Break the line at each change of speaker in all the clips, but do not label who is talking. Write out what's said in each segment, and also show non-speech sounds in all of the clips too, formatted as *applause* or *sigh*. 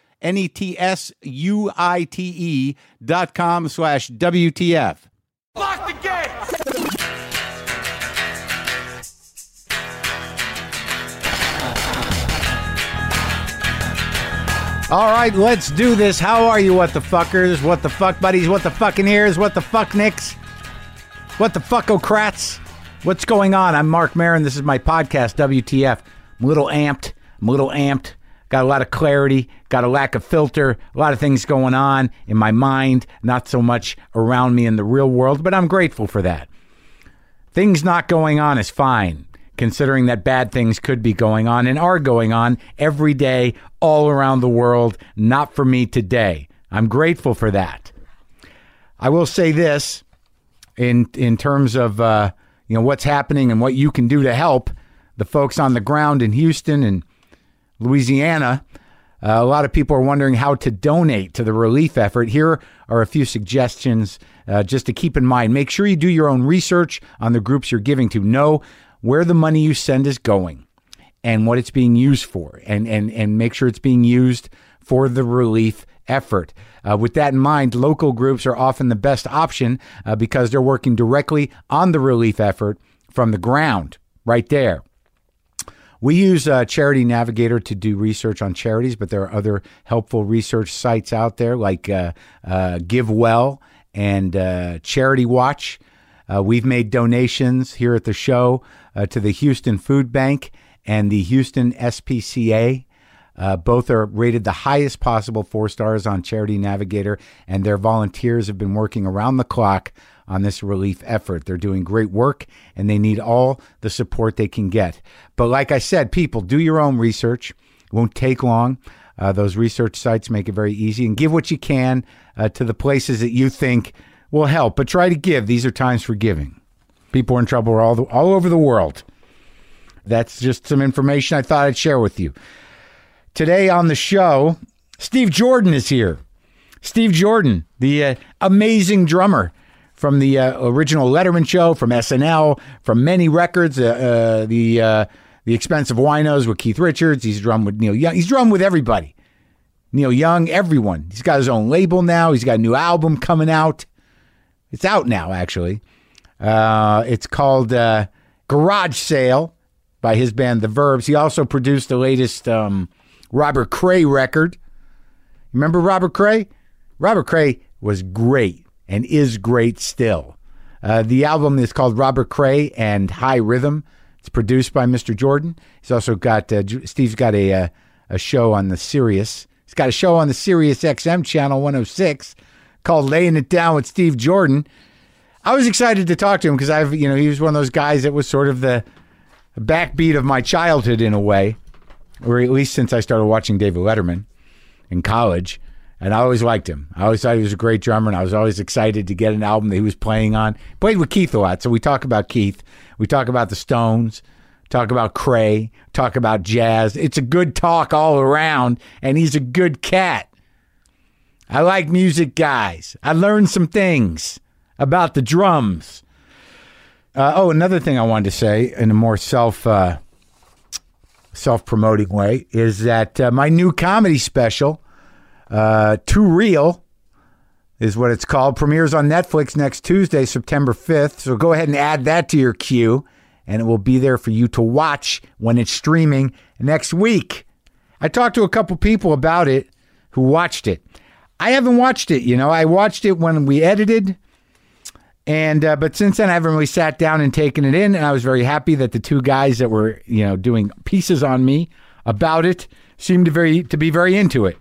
N E T S U I T E dot com slash WTF.
Lock the gate!
All right, let's do this. How are you, what the fuckers? What the fuck buddies? What the fucking ears? What the fuck nicks? What the fuckocrats? What's going on? I'm Mark Marin. This is my podcast, WTF. I'm a little amped. I'm a little amped. Got a lot of clarity, got a lack of filter, a lot of things going on in my mind, not so much around me in the real world, but I'm grateful for that things not going on is fine, considering that bad things could be going on and are going on every day, all around the world. Not for me today. I'm grateful for that. I will say this in in terms of uh, you know what's happening and what you can do to help the folks on the ground in Houston and Louisiana. Uh, a lot of people are wondering how to donate to the relief effort. Here are a few suggestions uh, just to keep in mind. Make sure you do your own research on the groups you're giving to. Know where the money you send is going and what it's being used for, and, and, and make sure it's being used for the relief effort. Uh, with that in mind, local groups are often the best option uh, because they're working directly on the relief effort from the ground right there. We use uh, Charity Navigator to do research on charities, but there are other helpful research sites out there like uh, uh, GiveWell and uh, Charity Watch. Uh, we've made donations here at the show uh, to the Houston Food Bank and the Houston SPCA. Uh, both are rated the highest possible four stars on Charity Navigator, and their volunteers have been working around the clock on this relief effort. They're doing great work and they need all the support they can get. But like I said, people, do your own research. It won't take long. Uh, those research sites make it very easy and give what you can uh, to the places that you think will help, but try to give. These are times for giving. People are in trouble all, the, all over the world. That's just some information I thought I'd share with you. Today on the show, Steve Jordan is here. Steve Jordan, the uh, amazing drummer from the uh, original Letterman show, from SNL, from many records, uh, uh, the uh, the expensive winos with Keith Richards. He's drummed with Neil Young. He's drummed with everybody. Neil Young, everyone. He's got his own label now. He's got a new album coming out. It's out now, actually. Uh, it's called uh, Garage Sale by his band The Verbs. He also produced the latest um, Robert Cray record. Remember Robert Cray? Robert Cray was great and is great still. Uh, the album is called Robert Cray and High Rhythm. It's produced by Mr. Jordan. He's also got uh, J- Steve's got a uh, a show on the Sirius. He's got a show on the Sirius XM channel 106 called Laying It Down with Steve Jordan. I was excited to talk to him because I've you know he was one of those guys that was sort of the backbeat of my childhood in a way, or at least since I started watching David Letterman in college, and I always liked him. I always thought he was a great drummer, and I was always excited to get an album that he was playing on. Played with Keith a lot, so we talk about Keith, we talk about the Stones, talk about Cray, talk about jazz. It's a good talk all around, and he's a good cat. I like music, guys. I learned some things about the drums. Uh, oh, another thing I wanted to say in a more self. Uh, self-promoting way is that uh, my new comedy special uh, too real is what it's called premieres on netflix next tuesday september 5th so go ahead and add that to your queue and it will be there for you to watch when it's streaming next week i talked to a couple people about it who watched it i haven't watched it you know i watched it when we edited And uh, but since then, I haven't really sat down and taken it in. And I was very happy that the two guys that were you know doing pieces on me about it seemed to very to be very into it.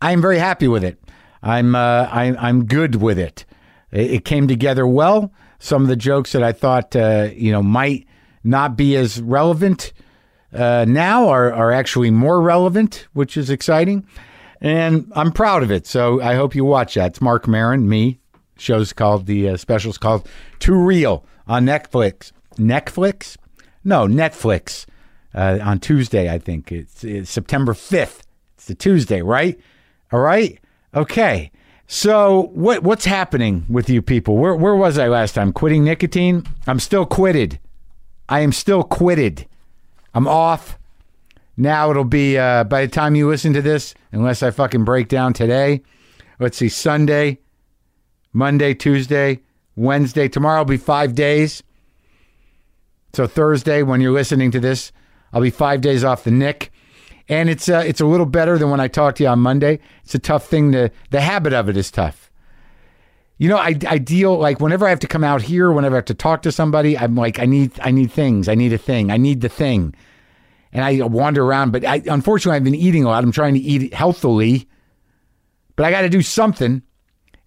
I am very happy with it. I'm uh, I, I'm good with it. it. It came together well. Some of the jokes that I thought uh, you know might not be as relevant uh, now are are actually more relevant, which is exciting, and I'm proud of it. So I hope you watch that. It's Mark Maron, me. Show's called the uh, special's called Too Real on Netflix. Netflix? No, Netflix. Uh, on Tuesday, I think it's, it's September 5th. It's the Tuesday, right? All right. Okay. So what what's happening with you people? Where where was I last time? Quitting nicotine? I'm still quitted. I am still quitted. I'm off. Now it'll be uh, by the time you listen to this, unless I fucking break down today. Let's see, Sunday, Monday, Tuesday, Wednesday. Tomorrow will be five days. So Thursday, when you're listening to this, I'll be five days off the nick, and it's uh, it's a little better than when I talked to you on Monday. It's a tough thing to the habit of it is tough. You know, I, I deal like whenever I have to come out here, whenever I have to talk to somebody, I'm like, I need I need things, I need a thing, I need the thing, and I wander around. But I, unfortunately, I've been eating a lot. I'm trying to eat healthily, but I got to do something,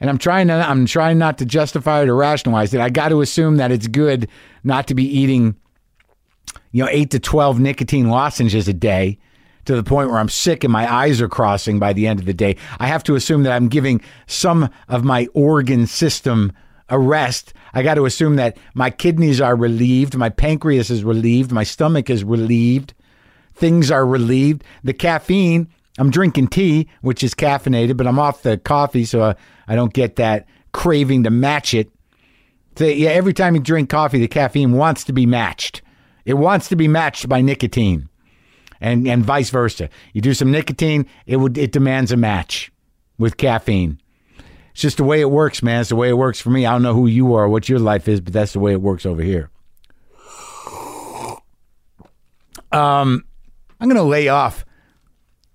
and I'm trying to I'm trying not to justify it or rationalize it. I got to assume that it's good not to be eating, you know, eight to twelve nicotine lozenges a day. To the point where I'm sick and my eyes are crossing by the end of the day. I have to assume that I'm giving some of my organ system a rest. I got to assume that my kidneys are relieved, my pancreas is relieved, my stomach is relieved things are relieved. The caffeine, I'm drinking tea, which is caffeinated, but I'm off the coffee, so I, I don't get that craving to match it. So, yeah, every time you drink coffee, the caffeine wants to be matched. It wants to be matched by nicotine, and and vice versa. You do some nicotine, it would it demands a match with caffeine. It's just the way it works, man. It's the way it works for me. I don't know who you are, what your life is, but that's the way it works over here. I'm going to lay off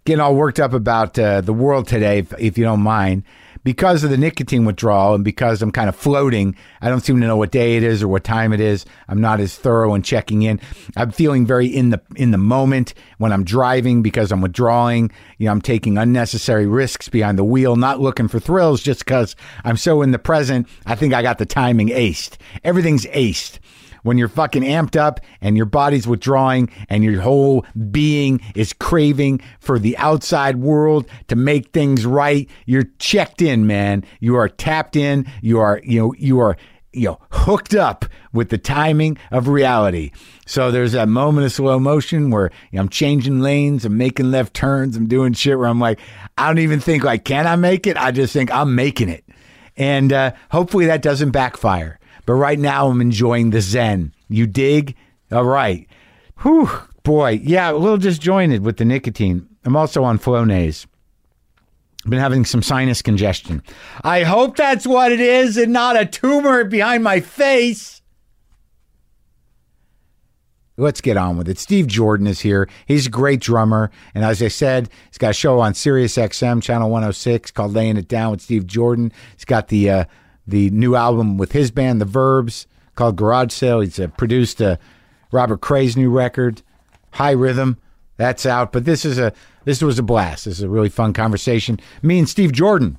getting all worked up about uh, the world today, if, if you don't mind, because of the nicotine withdrawal and because I'm kind of floating. I don't seem to know what day it is or what time it is. I'm not as thorough in checking in. I'm feeling very in the in the moment when I'm driving because I'm withdrawing. You know, I'm taking unnecessary risks behind the wheel, not looking for thrills just because I'm so in the present. I think I got the timing aced. Everything's aced when you're fucking amped up and your body's withdrawing and your whole being is craving for the outside world to make things right you're checked in man you are tapped in you are you know you are you know hooked up with the timing of reality so there's that moment of slow motion where you know, i'm changing lanes i'm making left turns i'm doing shit where i'm like i don't even think like can i make it i just think i'm making it and uh, hopefully that doesn't backfire. But right now, I'm enjoying the zen. You dig? All right. Whew, boy. Yeah, a little disjointed with the nicotine. I'm also on Flonase. Been having some sinus congestion. I hope that's what it is and not a tumor behind my face. Let's get on with it. Steve Jordan is here. He's a great drummer. And as I said, he's got a show on Sirius XM, Channel 106, called Laying It Down with Steve Jordan. He's got the uh, the new album with his band, The Verbs, called Garage Sale. He's uh, produced uh, Robert Cray's new record, High Rhythm. That's out. But this is a this was a blast. This is a really fun conversation. Me and Steve Jordan.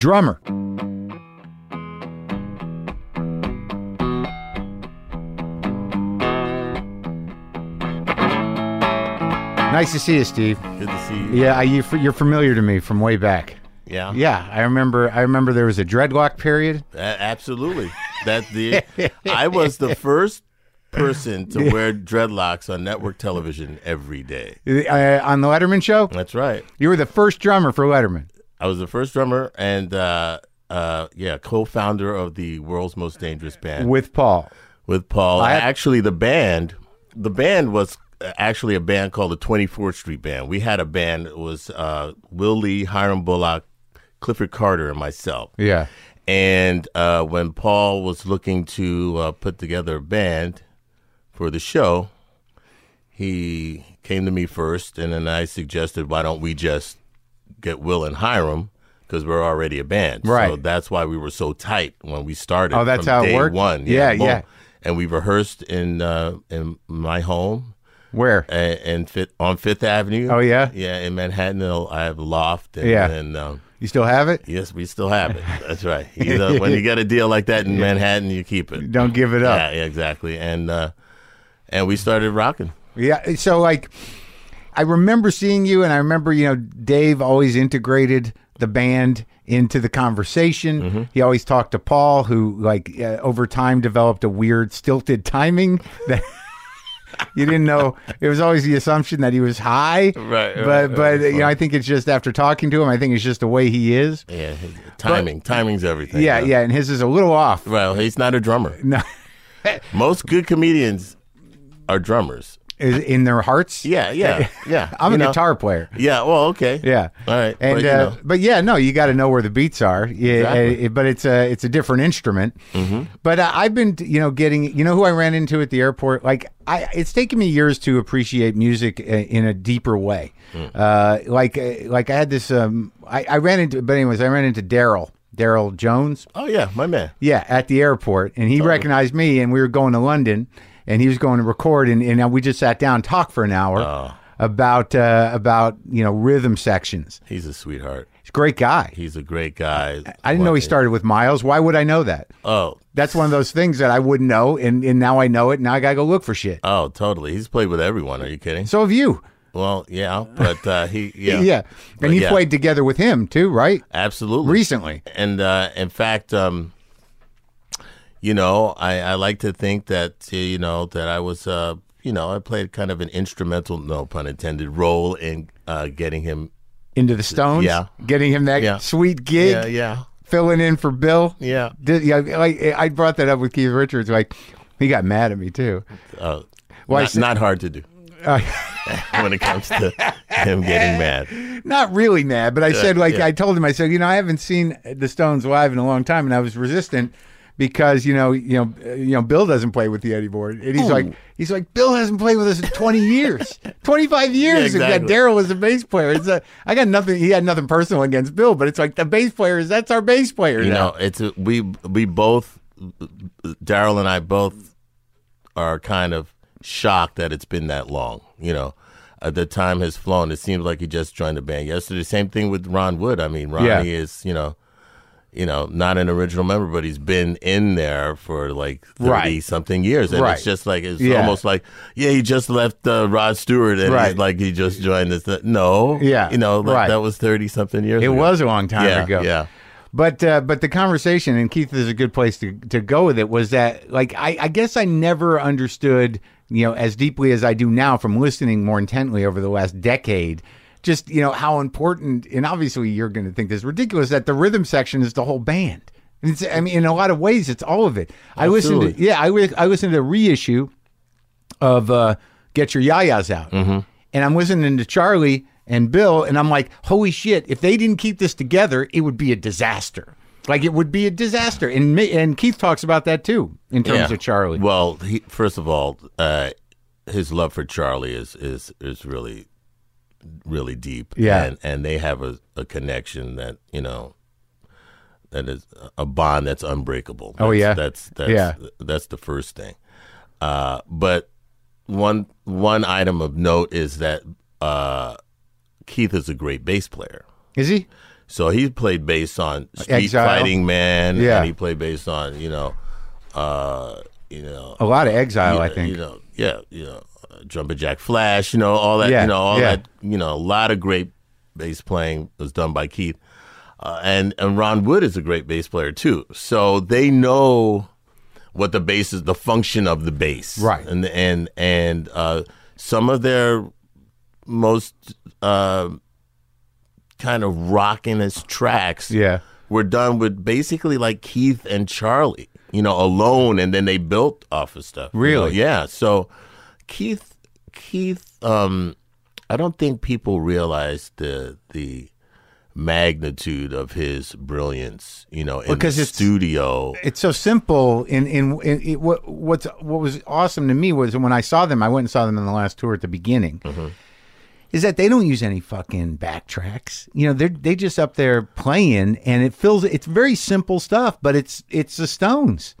Drummer. Nice to see you, Steve.
Good to see you.
Yeah, I, you, you're familiar to me from way back.
Yeah.
Yeah, I remember. I remember there was a dreadlock period.
A- absolutely. That *laughs* the I was the first person to wear dreadlocks on network television every day.
Uh, on the Letterman show.
That's right.
You were the first drummer for Letterman.
I was the first drummer and uh, uh, yeah, co-founder of the world's most dangerous band with,
with Paul.
Paul.
I-
actually, the band, the band was uh, actually a band called the Twenty Fourth Street Band. We had a band. It was uh, Will Lee, Hiram Bullock, Clifford Carter, and myself.
Yeah.
And uh, when Paul was looking to uh, put together a band for the show, he came to me first, and then I suggested, why don't we just get Will and Hiram? Because we're already a band, So
Right.
that's why we were so tight when we started.
Oh, that's
from
how it
day
worked?
One,
Yeah, yeah.
And we rehearsed in uh, in my home
Where?
and, and fit on Fifth Avenue.
Oh, yeah?
yeah, in Manhattan. I have a loft. And,
Yeah.
and um,
You still have it?
Yes, we still
*laughs*
have it. That's right. You know, when you get a deal like that in Manhattan, you keep it.
Don't give it
Yeah,
up.
yeah, exactly. And uh, and we started rocking.
Yeah. So like, I remember seeing you, and I remember you know Dave always integrated the band into the conversation.
Mm-hmm.
He always talked to Paul, who like uh, over time developed a weird stilted timing *laughs* that. You didn't know. It was always the assumption that he was high,
Right, right,
But
right,
but
right.
you know, I think it's just after talking to him, I think it's just the way he is.
Yeah, his- timing, timing's everything.
Yeah,
huh?
yeah, and his is a little off.
Well, he's not a drummer.
*laughs* No,
Most good comedians are drummers.
is in their hearts.
Yeah, yeah, yeah.
I'm
you
a
know?
guitar player.
Yeah. Well, okay.
Yeah.
All right.
And
but, you
uh,
know,
but yeah, no, you got to know where the beats are. Yeah,
Exactly.
uh, but it's a it's a different instrument. Mm-hmm. But uh, I've been, you know, getting you know who I ran into at the airport. Like I, it's taken me years to appreciate music uh, in a deeper way.
Mm.
Uh, like uh, like I had this. Um, I, I ran into, but anyways, I ran into Daryl Daryl Jones.
oh yeah, my man.
Yeah, at the airport, and
Oh,
he recognized me, and we were going to London, and he was going to record, and, and we just sat down, and talked for an hour
Oh.
about uh, about you know rhythm sections.
He's a sweetheart.
He's a great guy.
He's a great guy.
I didn't know he started with Miles. Why would I know that?
Oh,
That's one of those things that I wouldn't know, and, and now I know it. Now I gotta go look for shit.
oh, totally. He's played with everyone. Are you kidding?
So have you?
Well, yeah, but
*laughs*
uh, he, yeah, But
And you
yeah.
played together with him too, right?
absolutely
Recently.
and uh, in fact, um, you know, I, I like to think that uh, you know that I was, uh, you know, I played kind of an instrumental, no pun intended, role in uh, getting him.
Into the Stones.
Yeah.
Getting him that
Yeah.
sweet gig.
Yeah, yeah,
Filling in for Bill.
yeah.
Did, yeah, like I brought that up with Keith Richards. Like he got mad at me too.
Uh,
Well, I
not,
said-
not hard to do
Uh,
*laughs* when it comes to him getting mad.
not really mad, but I said like
yeah.
I told him I said you know I haven't seen the Stones live in a long time, and I was resistant because you know you know uh, you know Bill doesn't play with the Eddie board, and he's like he's like Bill hasn't played with us in twenty
*laughs*
years, twenty five years.
Yeah,
And
exactly.
Daryl was a bass player. It's a, I got nothing. He had nothing personal against Bill, but it's like the bass player is that's our bass player.
You
now.
know, it's a, we we both, Daryl and I both are kind of shocked that it's been that long. You know, uh, the time has flown. It seems like he just joined the band yesterday. Same thing with Ron Wood. I mean, Ronnie
Yeah.
is you know, you know, not an original member, but he's been in there for like thirty
Right.
something years, and
Right.
it's just like it's
Yeah.
almost like yeah, he just left uh, Rod Stewart, and
Right.
he's like he just joined this. uh, No,
Yeah.
you know, like,
Right.
that was thirty something years.
It
ago.
was a long time
Yeah,
ago.
yeah.
But uh, but the conversation and Keith is a good place to, to go with it was that like I, I guess I never understood you know as deeply as I do now from listening more intently over the last decade just you know how important and obviously you're going to think this is ridiculous that the rhythm section is the whole band and it's, I mean in a lot of ways it's all of it I listened to,
Absolutely.
yeah I, li- I listened to a reissue of uh, Get Your Yayas Out.
Mm-hmm.
And I'm listening to Charlie and Bill, and I'm like, holy shit, if they didn't keep this together, it would be a disaster. Like, it would be a disaster. And, me- and Keith talks about that too in terms
Yeah.
of Charlie.
Well, he, first of all, uh, his love for Charlie is is is really, really deep.
Yeah.
and, and they have a, a connection that you know, that is a bond that's unbreakable.
Oh,
That's-
yeah.
that's that's
Yeah.
that's the first thing. Uh, but one one item of note is that uh, Keith is a great bass player.
Is he?
So he played bass on Street
Exile.
Fighting Man.
Yeah.
and he played bass on you know, uh, you know
A lot of exile,
yeah,
I think.
You know, yeah, you know, Jumpin' Jack Flash, you know, all that,
Yeah,
you know, all
yeah.
that, you know, a lot of great bass playing was done by Keith. Uh, and, and Ron Wood is a great bass player too. So they know what the bass is, the function of the bass.
Right.
And, and, and, uh, some of their most, uh, kind of rocking his tracks
Yeah.
were done with basically like Keith and Charlie, you know, alone, and then they built off of stuff. you know?
Really?
Yeah. So Keith, Keith, um, I don't think people realize the the magnitude of his brilliance, you know, in
Because
the
it's-
studio.
it's so simple. In in, in it, what what's what was awesome to me was when I saw them. I went and saw them in the last tour at the beginning. Is that they don't use any fucking backtracks? You know, they are they just up there playing, and it feels it's very simple stuff. But it's it's the Stones.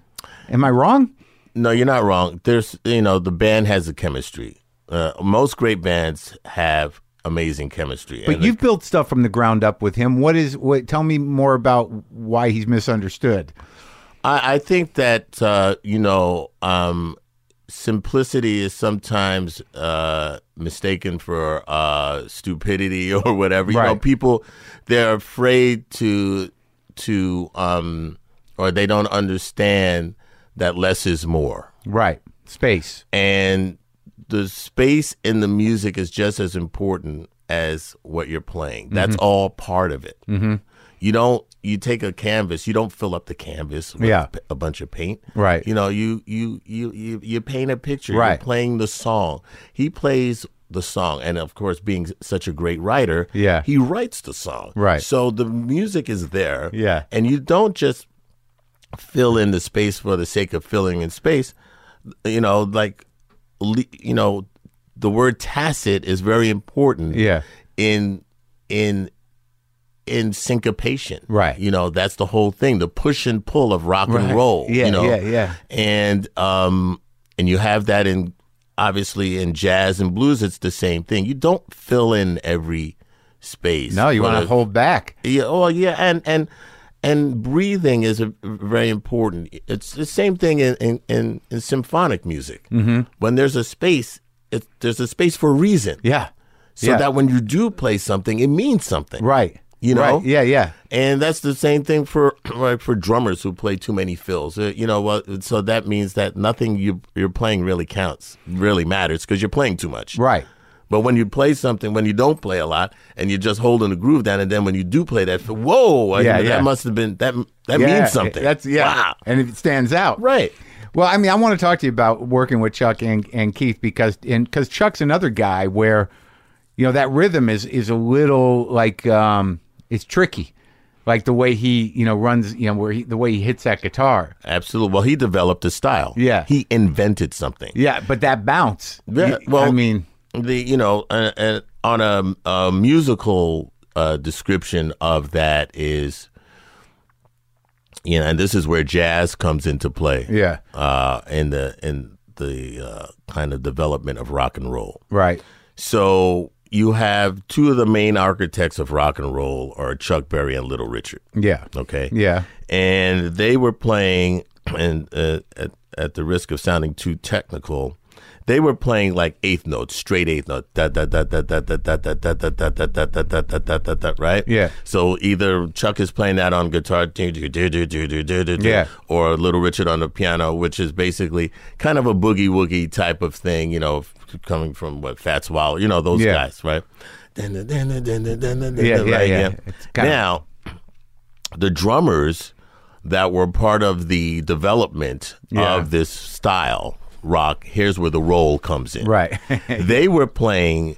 Am I wrong?
No, you're not wrong. There's, you know, the band has a chemistry. Uh, most great bands have amazing chemistry.
But
and the
you've built stuff from the ground up with him. What is what? Tell me more about why he's misunderstood.
I, I think that uh, you know um, simplicity is sometimes uh, mistaken for uh, stupidity *laughs* or whatever. You know,
Right.
people they're afraid to to um, or they don't understand that less is more
Right, space.
and the space in the music is just as important as what you're playing. That's
Mm-hmm.
all part of it. Mm-hmm. You don't you take a canvas. You don't fill up the canvas with
Yeah.
p- a bunch of paint.
Right.
You know you you you you, you paint a picture.
Right.
You're playing the song. He plays the song, and of course, being s- such a great writer,
Yeah.
he writes the song.
Right.
So the music is there.
Yeah.
And you don't just fill in the space for the sake of filling in space. You know, like, le- you know, the word tacit is very important.
Yeah.
In in in syncopation.
Right.
You know, that's the whole thing. The push and pull of rock
Right.
and roll.
Yeah,
You know?
yeah, yeah.
And um and you have that in obviously in jazz and blues. It's the same thing. You don't fill in every space.
No, you
for
want
the-
to hold back.
yeah. Oh, yeah. And and and breathing is a, very important. It's the same thing in in, in, in symphonic music. Mm-hmm. When there's a space, it, there's a space for a reason.
Yeah,
So
yeah.
that when you do play something, it means something.
right.
You know?
Right. Yeah, yeah.
And that's the same thing for *clears throat* like, for drummers who play too many fills. Uh, You know, well, so that means that nothing you you're playing really counts, really matters because you're playing too much.
Right.
But when you play something, when you don't play a lot, and you're just holding the groove down, and then when you do play that, whoa, I-
Yeah,
that
yeah.
must have been that that
Yeah,
means something.
That's yeah,
Wow.
and it stands out.
right.
Well, I mean, I want to talk to you about working with Chuck and, and Keith because and because Chuck's another guy where, you know, that rhythm is is a little like um it's tricky, like the way he you know runs you know where he, the way he hits that guitar.
Absolutely. Well, he developed a style.
Yeah.
He invented something.
Yeah, but that bounce.
Yeah,
y-
well,
I mean,
the you know, uh, uh, on a, a musical uh, description of that is, you know, and this is where jazz comes into play.
yeah,
Uh, in the in the uh, kind of development of rock and roll.
right,
So you have two of the main architects of rock and roll are Chuck Berry and Little Richard.
yeah,
Okay.
yeah,
And they were playing, and uh, at, at the risk of sounding too technical, they were playing like eighth notes, straight eighth note, da da da da da da da da da da da da da da da da da da da, right?
Yeah.
So either Chuck is playing that on guitar, do do do do do do do do, do,
Yeah.
or Little Richard on the piano, which is basically kind of a boogie woogie type of thing, you know, f- coming from what Fats Waller, you know, those
Yeah.
guys, right? Dun, dun, dun, dun, dun, dun, dun, dun,
Yeah,
dun,
yeah,
right,
yeah. It's kinda-
Now, the drummers that were part of the development
Yeah.
of this style rock here's where the roll comes in
right, *laughs*
*laughs* they were playing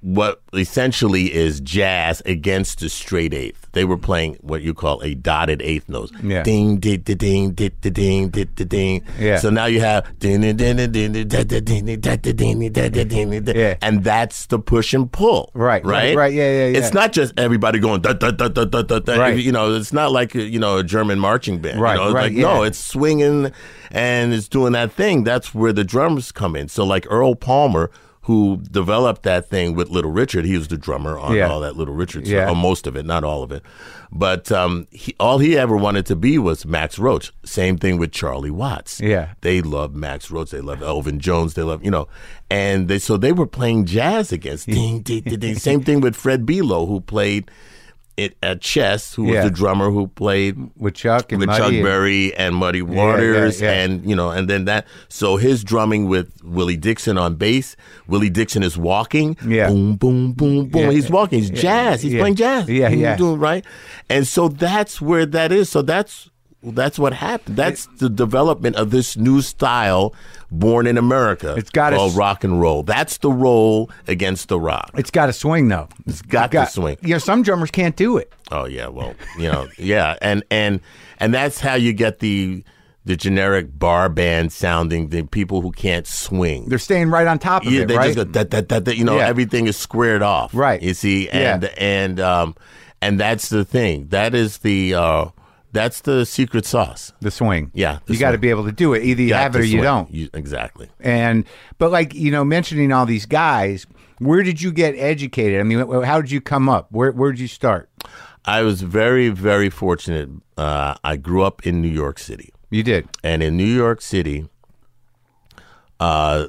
what essentially is jazz against the straight eighth. They were playing what you call a dotted eighth note.
Yeah.
Ding, ding, ding, ding, ding, ding, ding, ding, ding, ding.
Yeah.
So now you have ding, ding, ding, ding, ding, ding, ding, ding, ding, ding, ding, ding, ding, ding, ding, ding, ding.
Yeah.
and that's the push and pull.
Right, right,
right,
right, yeah, yeah, yeah.
It's not just everybody going da da da da da da. da.
Right.
You know, it's not like you know a German marching band.
Right,
You know? It's
right,
Like, No,
yeah.
it's swinging and it's doing that thing. That's where the drums come in. So like Earl Palmer, who developed that thing with Little Richard. He was the drummer on
Yeah.
all that Little Richard,
Yeah.
yeah. most of it, not all of it. But um, he, all he ever wanted to be was Max Roach. Same thing with Charlie Watts.
Yeah.
they love Max Roach. They love Elvin Jones. They love you know, and they so they were playing jazz against. Ding, ding, ding, ding. Same thing with Fred Belo, who played. It at chess, who
Yeah.
was the drummer who played
with Chuck and
with
Muddy
Chuck
and-
Berry and Muddy Waters,
yeah.
and you know, and then that. So his drumming with Willie Dixon on bass. Willie Dixon is walking.
Yeah.
Boom, boom, boom, boom.
Yeah.
He's walking. He's jazz. He's
Yeah.
playing jazz.
Yeah,
He's
yeah.
Doing right. And so that's where that is. So that's that's what happened. That's the development of this new style, born in America.
It's gotta
called
s-
rock and roll. That's the roll against the rock.
It's got a swing though. It's
got to swing.
You know, some drummers can't do it.
Oh yeah, well, you know, yeah, and and and that's how you get the the generic bar band sounding the people who can't swing.
They're staying right on top of
yeah,
it,
they
right?
just go that that that that. You know,
Yeah.
everything is squared off.
Right.
You see,
Yeah.
and and um and that's the thing. That is the uh that's the secret sauce.
the swing.
Yeah, the
you got to
swing.
be able to do it. Either you
Got
have it
to
or you
swing.
don't.
exactly.
And but like you know, mentioning all these guys, where did you get educated? I mean, wh- how did you come up? Where where did you start?
I was very very fortunate. Uh, I grew up in New York City.
You did.
and in New York City, uh,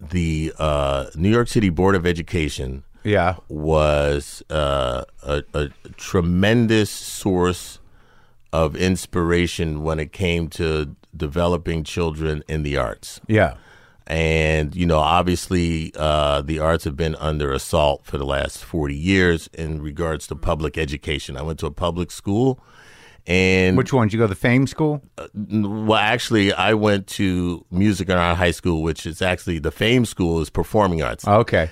the uh, New York City Board of Education
Yeah.
was uh, a, a tremendous source of inspiration when it came to developing children in the arts.
Yeah.
And, you know, obviously uh, the arts have been under assault for the last 40 years in regards to public education. I went to a public school. And
Which one? Did you go to the Fame School?
well, actually, I went to Music in Our High School, which is actually the Fame School is Performing Arts.
Oh, Okay.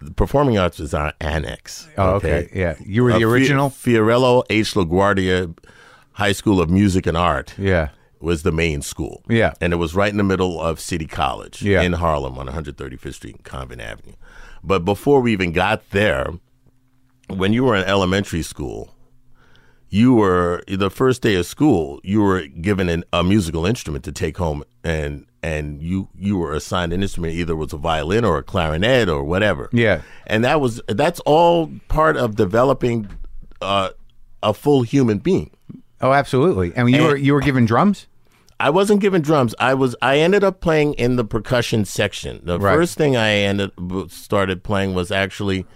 The Performing Arts is our annex.
Oh, okay. Yeah. You were the
Uh, Fi-
original.
Fiorello H. LaGuardia High School of Music and Art
yeah.
was the main school.
Yeah.
And it was right in the middle of City College
Yeah.
in Harlem on 135th Street and Convent Avenue. But before we even got there, when you were in elementary school, you were the first day of school, you were given an, a musical instrument to take home and and you you were assigned an instrument either it was a violin or a clarinet or whatever.
Yeah.
And that was that's all part of developing uh, a full human being.
Oh, absolutely. And you
And-
were you were given drums.
I wasn't given drums. I was. I ended up playing in the percussion section. The
Right.
first thing I ended b- started playing was actually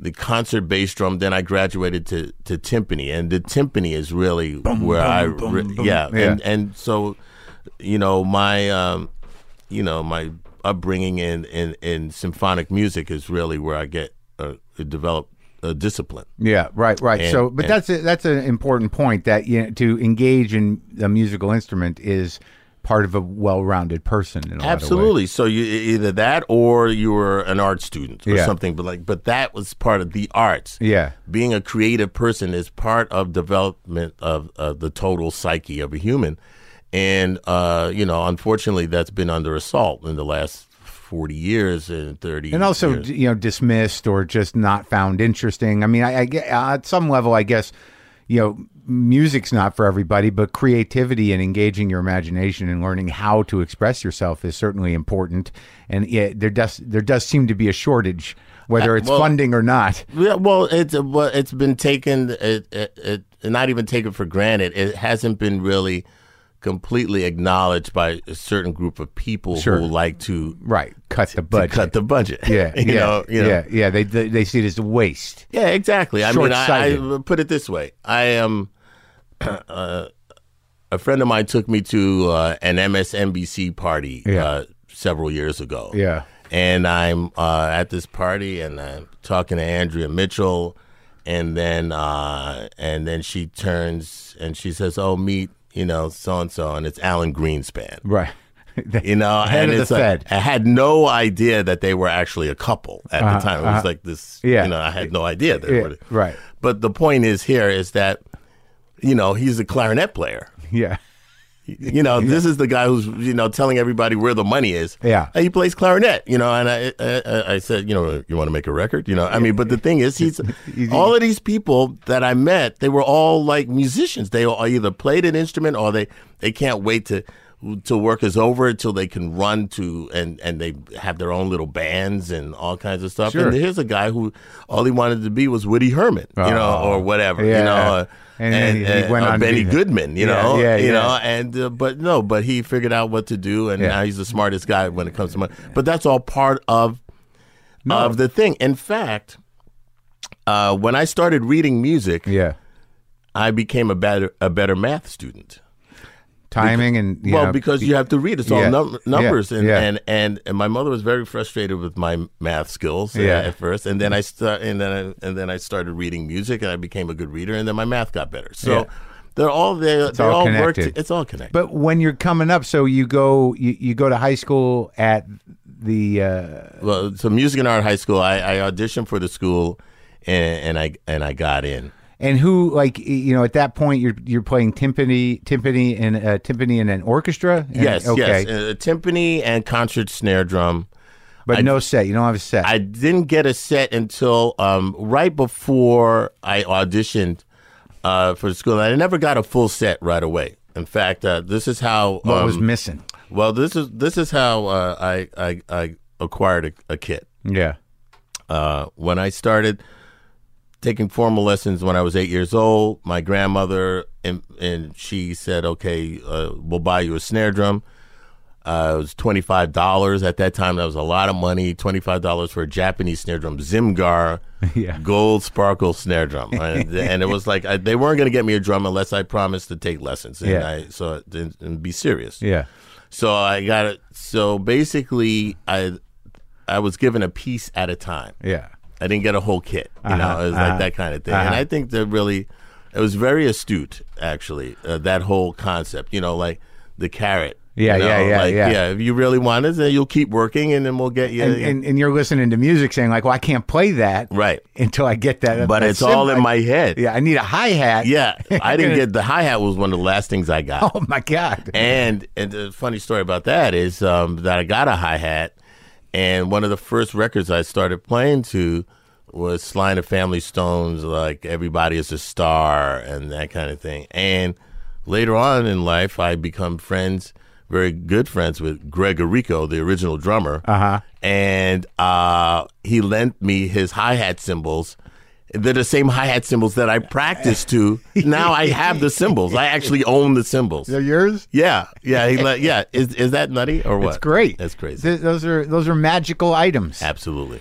the concert bass drum. Then I graduated to to timpani, and the timpani is really where I re- yeah,
Yeah.
And and so you know my um you know my upbringing in in, in symphonic music is really where I get uh, develop a discipline.
Yeah, right, right.
And-
so, but
and-
that's a, that's an important point that you know, to engage in a musical instrument is part of a well-rounded person. In a lot of ways.
Absolutely. So you e-, either that or you were an art student or
Yeah.
something, but like, but that was part of the arts.
Yeah.
Being a creative person is part of development of, of the total psyche of a human, and uh, you know, unfortunately, that's been under assault in the last forty years and thirty.
and also
years.
d you know dismissed or just not found interesting i mean I, I get at some level i guess you know music's not for everybody but creativity and engaging your imagination and learning how to express yourself is certainly important and yeah, there does there does seem to be a shortage whether it's
Uh, well-
funding or not
Yeah, well, it's well, it's been taken, it, it, it, not even taken for granted. It hasn't been really completely acknowledged by a certain group of people
Sure.
who like to
right cut the budget
cut the budget.
yeah
*laughs* you
yeah,
know, you know.
yeah yeah they, they they see it as a waste
Yeah, exactly. I mean, I, I
Short-sighted.
put it this way: I am *clears throat* uh, a friend of mine took me to uh, an MSNBC party
Yeah.
uh, several years ago.
Yeah.
and I'm uh, at this party and I'm talking to Andrea Mitchell, and then uh, and then she turns and she says, "Oh, meet you know so and so," and it's Alan Greenspan.
right *laughs*
You know,
Head
and
of the
it's like-
Fed.
I had no idea that they were actually a couple at the time. It was like this,
Uh-huh, Yeah.
you know, I had no idea. They
Yeah,
were,
right.
But the point is here is that, you know, he's a clarinet player.
yeah
You know, this is the guy who's, you know, telling everybody where the money is.
Yeah.
And he plays clarinet, you know, and I, I, I- I said, you know, you want to make a record? You know, I mean, but the thing is,
*laughs*
he's all of these people that I met, they were all like musicians. They all either played an instrument or they, they can't wait to till work is over till they can run to and and they have their own little bands and all kinds of stuff.
Sure.
And here's a guy who all he wanted to be was Woody Herman, you know,
Oh.
or whatever,
Yeah.
you know, uh,
And then he- he went on
or
to
uh, Benny
be the-
Goodman, you
Yeah,
know,
yeah,
you
yeah.
know, and uh, but no, but he figured out what to do, and
Yeah.
now he's the smartest guy when it comes to money. But that's all part of of the thing. In fact, uh, when I started reading music,
Yeah.
I became a better a better math student.
Timing and you
Well,
know,
because you have to read. It's all
Yeah.
num-
Yeah.
numbers, And,
Yeah.
And, and and my mother was very frustrated with my math skills uh,
Yeah.
at first, and then I st- and then I, and then I started reading music, and I became a good reader, and then my math got better. So
Yeah.
they're all they they
all
all, work.
connected.
To, it's all connected.
But when you're coming up, so you go you, you go to high school at the uh,
well, so music and art high school. I, I auditioned for the school, and, and I and I got in.
and who like you know at that point you're you're playing timpani timpani and uh, timpani and an orchestra. And-
Yes,
okay,
yes, uh, timpani and concert snare drum.
but no set. You don't have a set.
I didn't get a set until um, right before I auditioned uh, for the school. I never got a full set right away. In fact, uh, this is how.
what was
um,
missing?
well, this is this is how uh, I, I I acquired a, a kit.
Yeah,
Uh, when I started taking formal lessons when I was eight years old, my grandmother and, and she said, "Okay, uh, we'll buy you a snare drum." Uh, it was twenty five dollars at that time. That was a lot of money. Twenty five dollars for a Japanese snare drum, Zimgar
*laughs* Yeah.
gold sparkle snare
*laughs*
drum, and, and it was like I, they weren't going to get me a drum unless I promised to take lessons and
Yeah.
I so and, and be serious.
yeah,
So I got it. So basically, I I was given a piece at a time.
yeah.
I didn't get a whole kit. You
Uh-huh,
know, it was like that kind of thing. And I think that really, it was very astute, actually, uh, that whole concept. You know, like the carrot.
Yeah,
you know,
yeah, yeah,
like,
yeah.
If you really want it, then you'll keep working, and then we'll get you.
And, and and you're listening to music, saying like, "Well, I can't play that
right.
until I get that."
But
that
it's all
cymbal.
in my head.
*laughs* Yeah, I need a hi hat.
Yeah. I didn't get the hi hat was one of the last things I got.
*laughs* Oh my god.
And and the funny story about that is um, that I got a hi hat, and one of the first records I started playing to was Sly and the Family Stones, like Everybody is a Star and that kind of thing. And later on in life, I become friends, very good friends with Gregorico, the original drummer. Uh-huh. And uh, he lent me his hi hat cymbals. They're the same hi hat cymbals that I practiced to. Now I have the cymbals. I actually own the cymbals.
They're yours.
Yeah, yeah, he let, yeah. Is is that nutty or what?
It's great.
That's crazy.
Th- those are those are magical items.
Absolutely.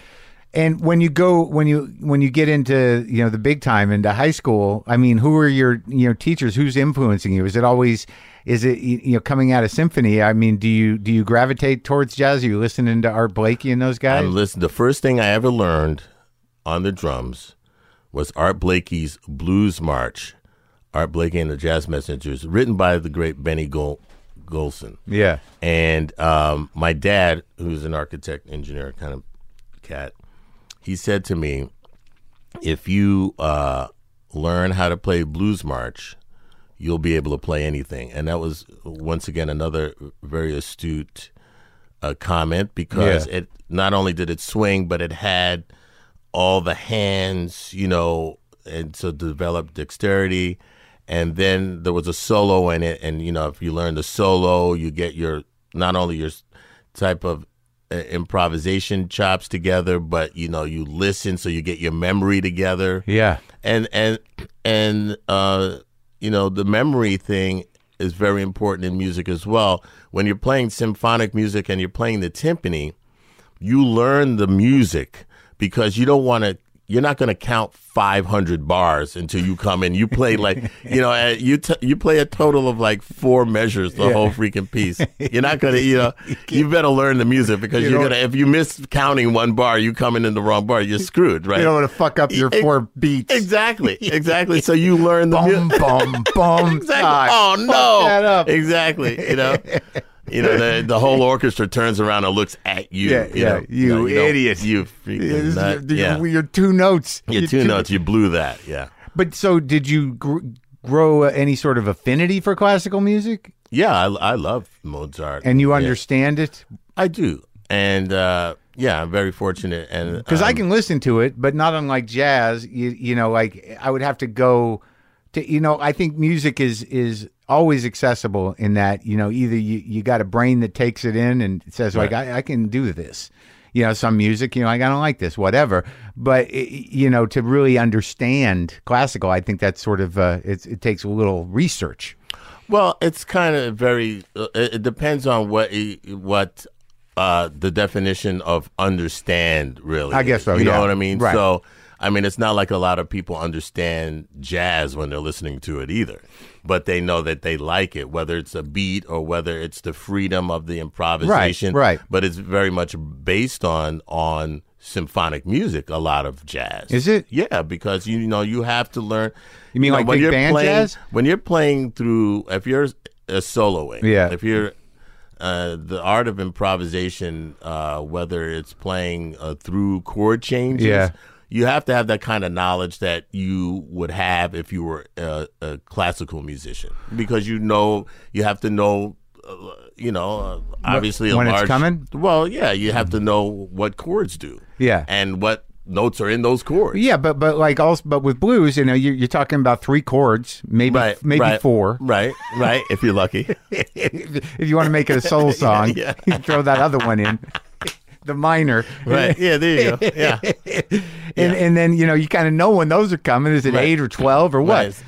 And when you go when you when you get into you know the big time into high school, I mean, who are your you know teachers? Who's influencing you? Is it always is it you you know coming out of symphony? I mean, do you do you gravitate towards jazz? Are you listening to Art Blakey and those guys?
I'm listen. The first thing I ever learned on the drums was Art Blakey's Blues March, Art Blakey and the Jazz Messengers, written by the great Benny Gol- Golson.
yeah,
And um, my dad, who's an architect, engineer kind of cat, he said to me, if you uh, learn how to play Blues March, you'll be able to play anything. And that was, once again, another very astute uh, comment because
Yeah.
it not only did it swing, but it had all the hands, you know, and so develop dexterity. And then there was a solo in it, and you know, if you learn the solo, you get your not only your s- type of uh, improvisation chops together, but you know, you listen, so you get your memory together
yeah,
and and and uh, you know the memory thing is very important in music as well. When you're playing symphonic music and you're playing the timpani, you learn the music because you don't want to. You're not going to count 500 bars until you come in. You play
*laughs*
like you know uh, you t- you play a total of like four measures the whole freaking piece. You're not going to
*laughs*
you know you better learn the music because
You
you are
don't-
gonna if you miss counting one bar, you coming in the wrong bar, you're screwed, right?
you don't want to fuck up your
Ex-
four beats. *laughs*
Exactly, exactly. So you learn the
Bum
music.
bum
*laughs*
bum.
Exactly.
Ah,
oh
fuck
no!
that up.
Exactly. You know, you know the the whole orchestra turns around and looks at you.
Yeah,
you
yeah,
know.
you
know, don't-
idiot.
You
Yeah,
freaking
this
nut.
is your,
yeah.
your, your two notes.
you
Your
two notes. You blew that. Yeah.
But so, did you gr- grow uh, any sort of affinity for classical music,
Yeah, I, I love Mozart.
and you
Yeah,
understand it?
I do, and uh, yeah, I'm very fortunate. And
Because I
um,
can listen to it, but not unlike jazz. You, you know, like I would have to go to, you know, I think music is is always accessible in that you know either you, you got a brain that takes it in and says like I, I can do this, you know, some music, you know, like I don't like this, whatever. But i- i- you know, to really understand classical, I think that's sort of uh, it's, it takes a little research.
Well, it's kind of very. uh, It it depends on what he- what uh, the definition of understand really.
I guess
is.
so,
You
yeah.
know what I mean?
Right.
So, I mean, it's not like a lot of people understand jazz when they're listening to it either, but they know that they like it, whether it's a beat or whether it's the freedom of the improvisation.
right.
But it's very much based on on symphonic music. A lot of jazz
Is it?
Yeah, because you know you have to learn.
You mean
know,
like
when
big
you're
band
playing-
jazz?
when you're playing through if you're uh, soloing
Yeah.
if you're uh, the art of improvisation uh, whether it's playing uh, through chord changes
Yeah.
you have to have that kind of knowledge that you would have if you were a, a classical musician because you know you have to know uh, you know uh, obviously a
when it's
large
coming? Mm-hmm.
well yeah you have to know what chords do
Yeah.
and what notes are in those chords
Yeah, but but like also but with blues, you know, you're, you're talking about three chords, maybe
right
maybe
right,
four.
right right if you're
*laughs*
lucky
if you want to make
*laughs*
it a soul song,
yeah.
you throw that other one
*laughs*
in, the minor.
Right. *laughs* Yeah, there you go. Yeah.
And and then you know you kind of know when those are coming. Is it
Right.
eight or twelve or *laughs* what?
Right.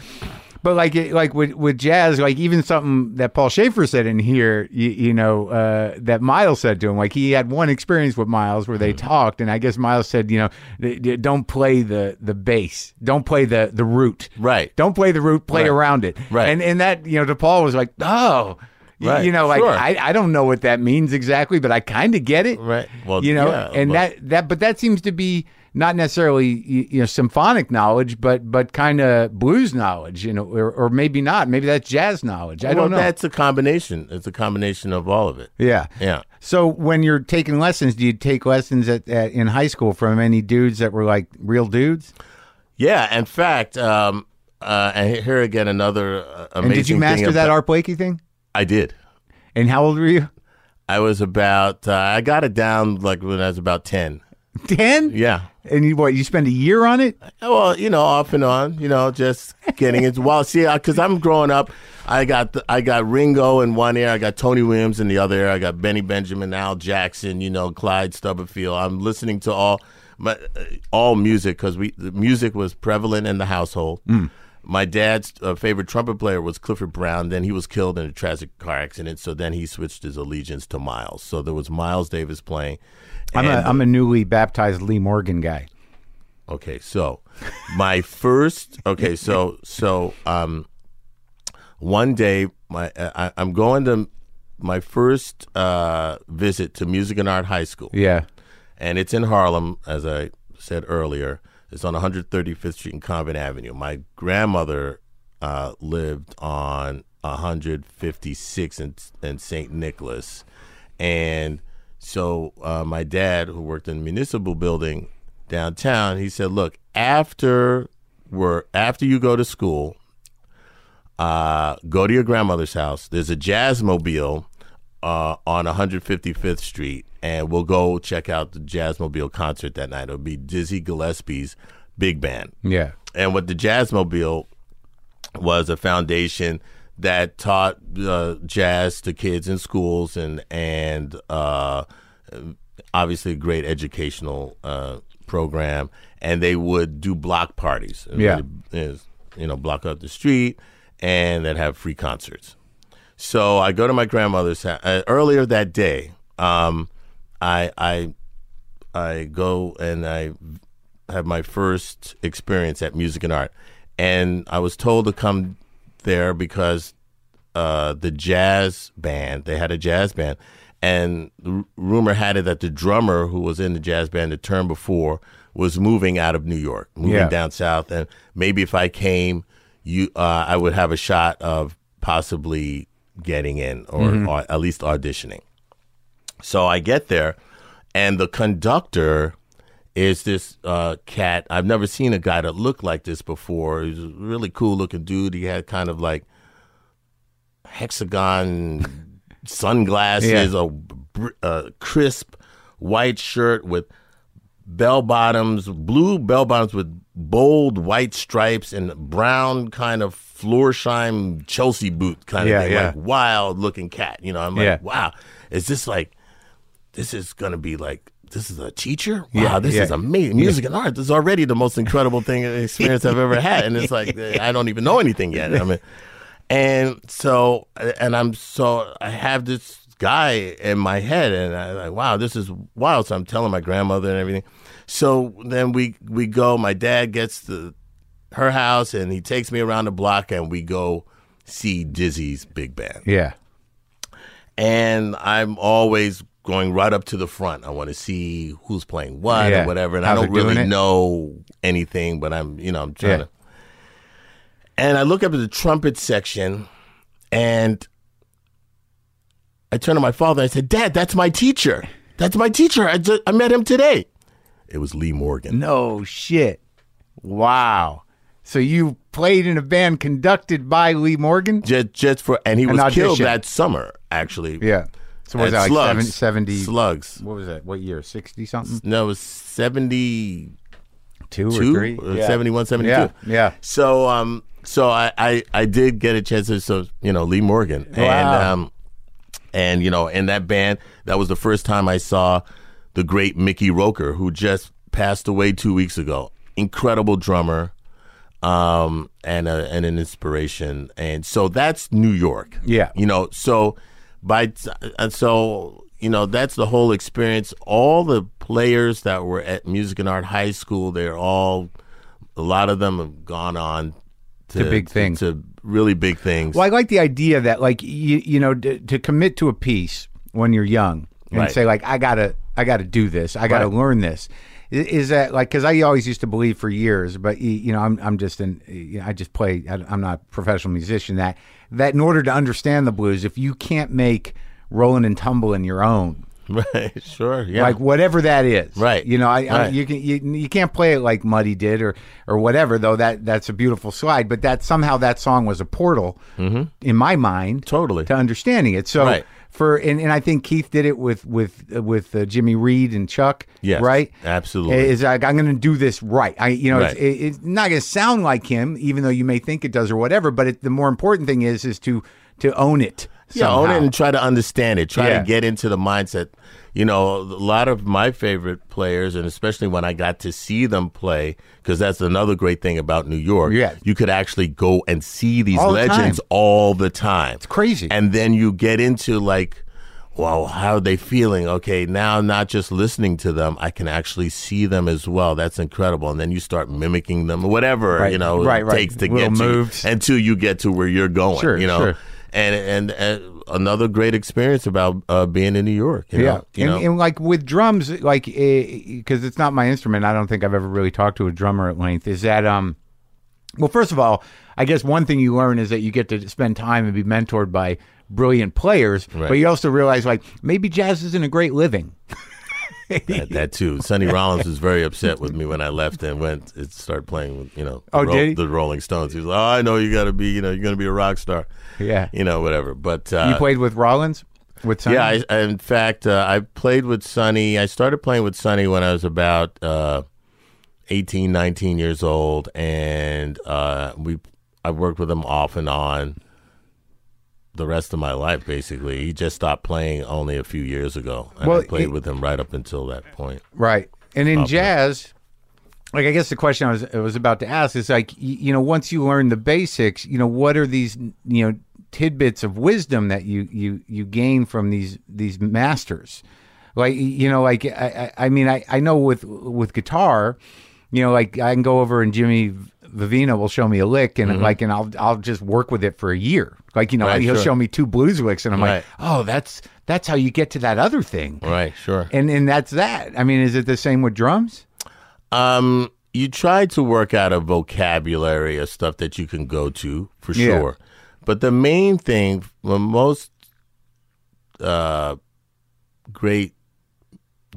But like it, like with with jazz, like even something that Paul Schaefer said in here, you, you know, uh, that Miles said to him, like he had one experience with Miles where they
Mm-hmm.
talked, and I guess Miles said, you know, "D- d- don't play the the bass, don't play the the root,
Right.
Don't play the root, play
Right.
around it,
Right.
And and that you know, to Paul was like, oh. y-
Right.
You know, like
Sure.
I, I don't know what that means exactly, but I kind of get it.
Right. Well,
you know,
yeah,
and
but-
that that but that seems to be not necessarily y- you know symphonic knowledge, but but kind of blues knowledge, you know, or, or maybe not. Maybe that's jazz knowledge. I
well,
don't know.
That's a combination. It's a combination of all of it.
yeah.
Yeah.
So when you're taking lessons, do you take lessons at, at in high school from any dudes that were like real dudes?
Yeah. In fact, um, uh, and here again, another uh, amazing
And did you
thing
master that
about-
Art Blakey thing?
I did.
And how old were you? *laughs*
I was about, uh, I got it down like when I was about 10.
Ten.
Yeah.
And you what? You spend a year on it?
*laughs* Well, you know, off and on, you know, just getting into. Well, see, because I'm growing up, I got the, I got Ringo in one ear, I got Tony Williams in the other ear, I got Benny Benjamin, Al Jackson, you know, Clyde Stubblefield. I'm listening to all my uh, all music because we the music was prevalent in the household. My dad's uh, favorite trumpet player was Clifford Brown. Then he was killed in a tragic car accident. So then he switched his allegiance to Miles. So there was Miles Davis playing.
I'm a
and-
I'm a newly baptized Lee Morgan guy.
Okay, so my first. Okay, so so um, one day my I, I'm going to my first uh, visit to Music and Art High School,
Yeah.
and it's in Harlem, as I said earlier. It's on 135th Street and Convent Avenue. My grandmother uh, lived on 156 and and St. Nicholas, and so uh, my dad, who worked in the municipal building downtown, he said, "Look, after we're after you go to school, uh, go to your grandmother's house. There's a jazz mobile uh, on 155th Street, and we'll go check out the jazz mobile concert that night. It'll be Dizzy Gillespie's big band.
Yeah.
And what the Jazzmobile was a foundation that taught uh, jazz to kids in schools and and uh, obviously a great educational uh, program. And they would do block parties.
Yeah.
Is, you know, block up the street and they'd have free concerts. So I go to my grandmother's house uh, earlier that day. Um, I I I go and I have my first experience at music and art, and I was told to come there because uh, the jazz band they had a jazz band, and r- rumor had it that the drummer who was in the jazz band the term before was moving out of New York, moving
Yeah.
down south, and maybe if I came, you uh, I would have a shot of possibly getting in or, or at least auditioning. So I get there, and the conductor is this uh, cat. I've never seen a guy that looked like this before. He's a really cool looking dude. He had kind of like hexagon sunglasses, a br- a crisp white uh, shirt with bell bottoms, blue bell bottoms with bold white stripes and brown kind of Florsheim Chelsea boot kind
Yeah,
of thing,
yeah.
like wild looking cat. You know, I'm like,
Yeah.
wow, is this like, this is gonna be like. This is a teacher? Wow,
Yeah,
this
yeah.
is amazing. Music and art. This is already the most incredible thing uh, experience I've ever had. And
*laughs*
it's like I don't even know anything yet. I mean, and so, and I'm so, I have this guy in my head, and I'm like, wow, this is wild. So I'm telling my grandmother and everything. So then we we go. My dad gets to her house, and he takes me around the block, and we go see Dizzy's big band.
Yeah.
And I'm always going right up to the front. I want to see who's playing what
Yeah.
or whatever, and
How
I don't
they're doing
really
it.
know anything, but I'm you know I'm trying
Yeah.
to. And I look up at the trumpet section, and I turn to my father. I said, "Dad, that's my teacher. That's my teacher. I just, I met him today. It was Lee Morgan.
No shit.
Wow."
So you played in a band conducted by Lee Morgan?
Just, just for, and he
An
was killed
audition.
that summer, actually.
Yeah. So what was
at
that like
Slugs.
70, 70
Slugs.
what was that? What year? 60 something?
No, it was 72
2 or 3?
or 71, 72.
Yeah. Yeah.
So, um, so I, I, I did get a chance to, so, you know, Lee Morgan. And,
Wow.
um, and, you know, in that band, that was the first time I saw the great Mickey Roker, who just passed away two weeks ago. Incredible drummer um, and, a, and an inspiration. And so that's New York.
Yeah.
You know, so by t- and so you know that's the whole experience. All the players that were at Music and Art High School, they're all a lot of them have gone on to,
big things.
to really big things.
Well, I like the idea that like you you know to, to commit to a piece when you're young and
Right.
say like I gotta I gotta do this I gotta
Right.
learn this I- is that like because I always used to believe for years but y- you know I'm I'm just an you know, I just play I- I'm not a professional musician that that in order to understand the blues if you can't make rolling and tumbling your own
*laughs* right? Sure. Yeah.
like whatever that is.
Right.
You know, I, I
Right.
you can you, you can't play it like Muddy did or or whatever. Though that that's a beautiful slide, but that somehow that song was a portal in my mind
Mm-hmm. Totally.
to understanding it. So
Right.
for and, and I think Keith did it with with uh, with uh, Jimmy Reed and Chuck.
Yes,
Right.
absolutely.
Is like I'm going to do this right. I you know it's,
Right.
it, it's not going to sound like him, even though you may think it does or whatever. But it, the more important thing is is to to own it.
Yeah, own
somehow.
it and try to understand it. Try
Yeah.
to get into the mindset. You know, a lot of my favorite players, and especially when I got to see them play, because that's another great thing about New York.
Yeah.
You could actually go and see these
All the time.
legends all the time. It's
crazy.
And then you get into like, wow, how are they feeling? Okay, now not just listening to them, I can actually see them as well. That's incredible. And then you start mimicking them, whatever,
Right,
you know,
right, right.
it takes to
Little
get
moves.
to until you get to where you're going.
Sure,
you know
sure.
and and, and another great experience about uh, being in New York. You know, you
and,
know?
and like with drums, like because it's not my instrument, I don't think I've ever really talked to a drummer at length. Is that um, well, first of all, I guess one thing you learn is that you get to spend time and be mentored by brilliant players,
Right.
but you also realize like maybe jazz isn't a great living.
that, that too. Sonny Rollins was very upset with me when I left and went and started playing with you know the,
Oh, did he?
the Rolling Stones. He was like, oh, I know you got to be you know you're gonna be a rock star.
Yeah.
you know whatever. But uh,
You played with Rollins, with Sonny?
Yeah, I, I- in fact, uh, I played with Sonny. I started playing with Sonny when I was about uh, 18, 19 years old, and uh, we I worked with him off and on the rest of my life. Basically, he just stopped playing only a few years ago, and
Well,
I played
it-
with him right up until that point.
Right. And in jazz, like I guess the question I was I was about to ask is like y- you know once you learn the basics, you know what are these you know tidbits of wisdom that you you you gain from these these masters? Like you know like I I I mean I I know with with guitar, you know like I can go over and Jimmy Vivino will show me a lick and like and I'll I'll just work with it for a year. Like you know
Mm-hmm. Right,
he'll
sure.
show me two blues licks and I'm
Right.
like, "Oh, that's that's how you get to that other thing."
Right, sure.
and and that's that. I mean, is it the same with drums?
Um, you try to work out a vocabulary of stuff that you can go to for
Yeah.
sure, but the main thing for most uh, great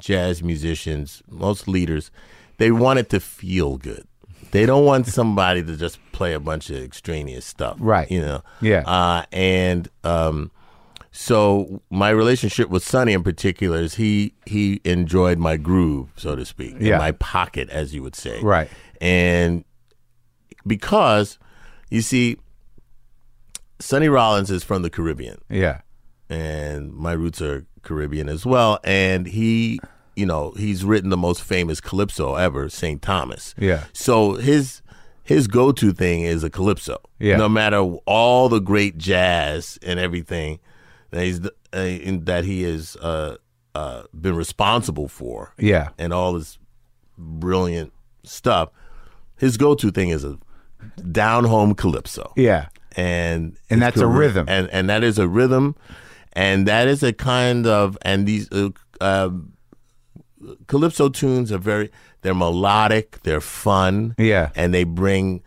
jazz musicians, most leaders, they want it to feel good. They don't want
*laughs*
somebody to just play a bunch of extraneous stuff,
Right.
You know,
Yeah.
Uh, and um, So my relationship with Sonny in particular is he he enjoyed my groove, so to speak, and
Yeah.
my pocket, as you would say,
Right.
And because you see, Sonny Rollins is from the Caribbean,
Yeah.
and my roots are Caribbean as well. And he, you know, he's written the most famous calypso ever, St. Thomas.
Yeah.
So his his go to thing is a calypso.
Yeah.
No matter all the great jazz and everything that he's uh, in- that he has uh, uh, been responsible for.
Yeah.
And all his brilliant stuff, his go to thing is a down home calypso
Yeah.
and
And
it's
that's a
correct.
rhythm.
and and that is a rhythm, and that is a kind of and these uh, uh, calypso tunes are very they're melodic, they're fun,
Yeah.
and they bring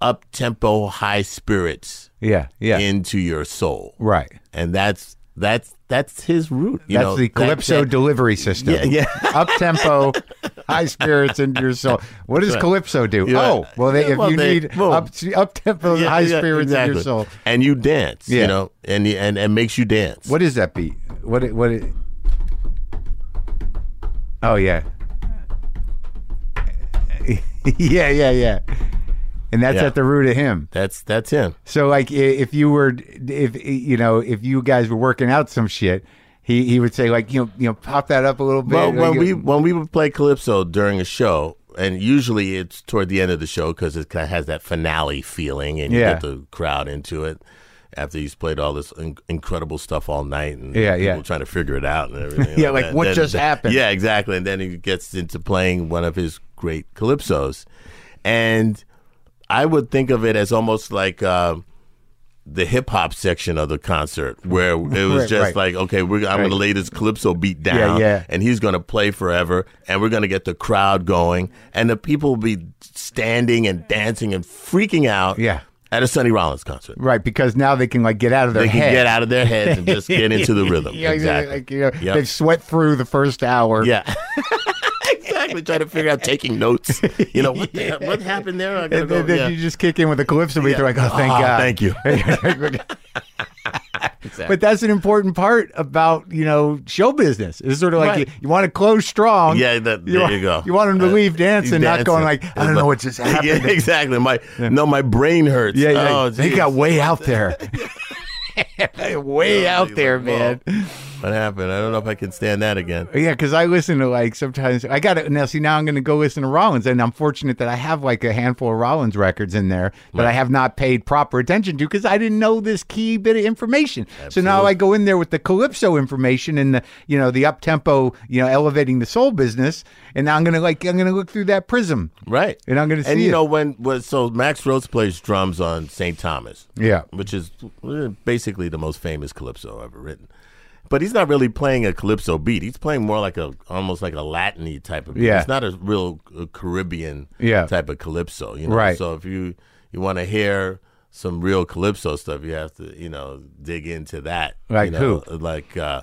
up tempo, high spirits
Yeah. Yeah.
into your soul,
right.
and that's that's that's his root. You
That's
know,
the
that-
Calypso
that-
delivery system.
Yeah,
*laughs* Up tempo, high spirits into your soul. What does Calypso do?
Yeah.
Oh, well, they,
Yeah,
if
well,
you
they-
need
well,
up up tempo,
yeah,
high
yeah,
spirits into in
exactly.
your soul.
and you dance.
Yeah.
You know, and you- and and makes you dance.
What is that beat? What? It, what? It... Oh yeah, *laughs* yeah, yeah, yeah. And that's
Yeah.
at the root of him.
That's that's him.
So like, i- if you were, if you know, if you guys were working out some shit, he he would say like, you know, you know, pop that up a little bit.
Well, when
Like,
we when we would play calypso during a show, and usually it's toward the end of the show because it kind of has that finale feeling, and you
Yeah.
get the crowd into it after he's played all this in- incredible stuff all night, and
Yeah,
people
yeah.
trying to figure
*laughs*
it out and everything.
Yeah, like,
that.
what just happened?
Yeah, exactly. And then he gets into playing one of his great calypsos, and I would think of it as almost like. Uh, the hip hop section of the concert where it
*laughs*
was
Right,
just
right.
like, okay, we're, I'm going
Right.
to lay this calypso beat down
Yeah,
down,
yeah.
and he's going to play forever and we're going to get the crowd going and the people will be standing and dancing and freaking out
Yeah.
at a Sonny Rollins concert.
right, because now they can like get out of their
They can
head.
get out of their heads and
*laughs*
just get into the rhythm.
Yeah,
exactly.
Like, you know,
Yep.
They've sweat through the first hour.
*laughs* yeah. exactly. Trying to figure out taking notes. You know, what, the, what happened there? I gotta
And then,
go-
then
yeah.
you just kick in with a calypso beat. They're like, oh, thank
Ah,
God. *laughs*
Thank you. *laughs*
But that's an important part about you know show business. It's sort of like
Right.
you, you want to close strong.
Yeah, that, there
want,
you go.
You want them to
Uh,
leave dancing, not going like
dancing.
I don't know what just happened.
*laughs* Yeah, exactly. My no, my brain hurts.
Yeah, yeah.
oh,
they
geez.
got way out
*laughs*
there. *laughs* way out there, man. Oh,
What happened? I don't know if I can stand that again.
Yeah, because I listen to like sometimes I got to now. See, now I'm going to go listen to Rollins, and I'm fortunate that I have like a handful of Rollins records in there that I have not paid proper attention to because I didn't know this key bit of information. So now
Absolutely.
I go in there with the calypso information and the you know the up tempo, you know, elevating the soul business, and now I'm gonna like I'm gonna look through that prism.
Right.
And I'm gonna
And
see
you
it.
know when, when so Max Rhodes plays drums on St. Thomas.
Yeah.
Which is uh, basically the most famous calypso ever written. But he's not really playing a calypso beat. He's playing more like a almost like a Latin-y type of beat.
Yeah.
It's not a real uh, Caribbean
Yeah.
type of calypso, you know.
Right.
So if you you want to hear some real calypso stuff, you have to, you know, dig into that.
Like
you know, like uh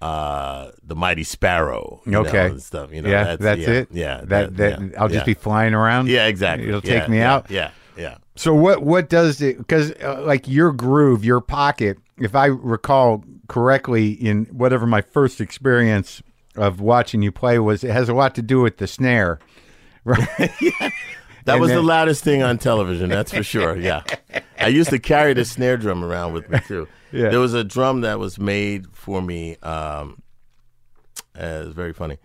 uh the Mighty Sparrow, you know,
okay.
and stuff, you know.
yeah, that's,
yeah,
it.
Yeah.
that that
yeah,
I'll just
yeah.
be flying around.
Yeah, exactly.
It'll
Yeah,
take me
yeah,
out.
Yeah, yeah.
So what what does it because uh, like your groove, your pocket, if I recall correctly, in whatever my first experience of watching you play was, it has a lot to do with the snare.
That
And
was the
then-
loudest thing on television, that's for sure. Yeah. I used to carry the snare drum around with me too.
*laughs* Yeah.
There was a drum that was made for me. Um, uh, it was very funny.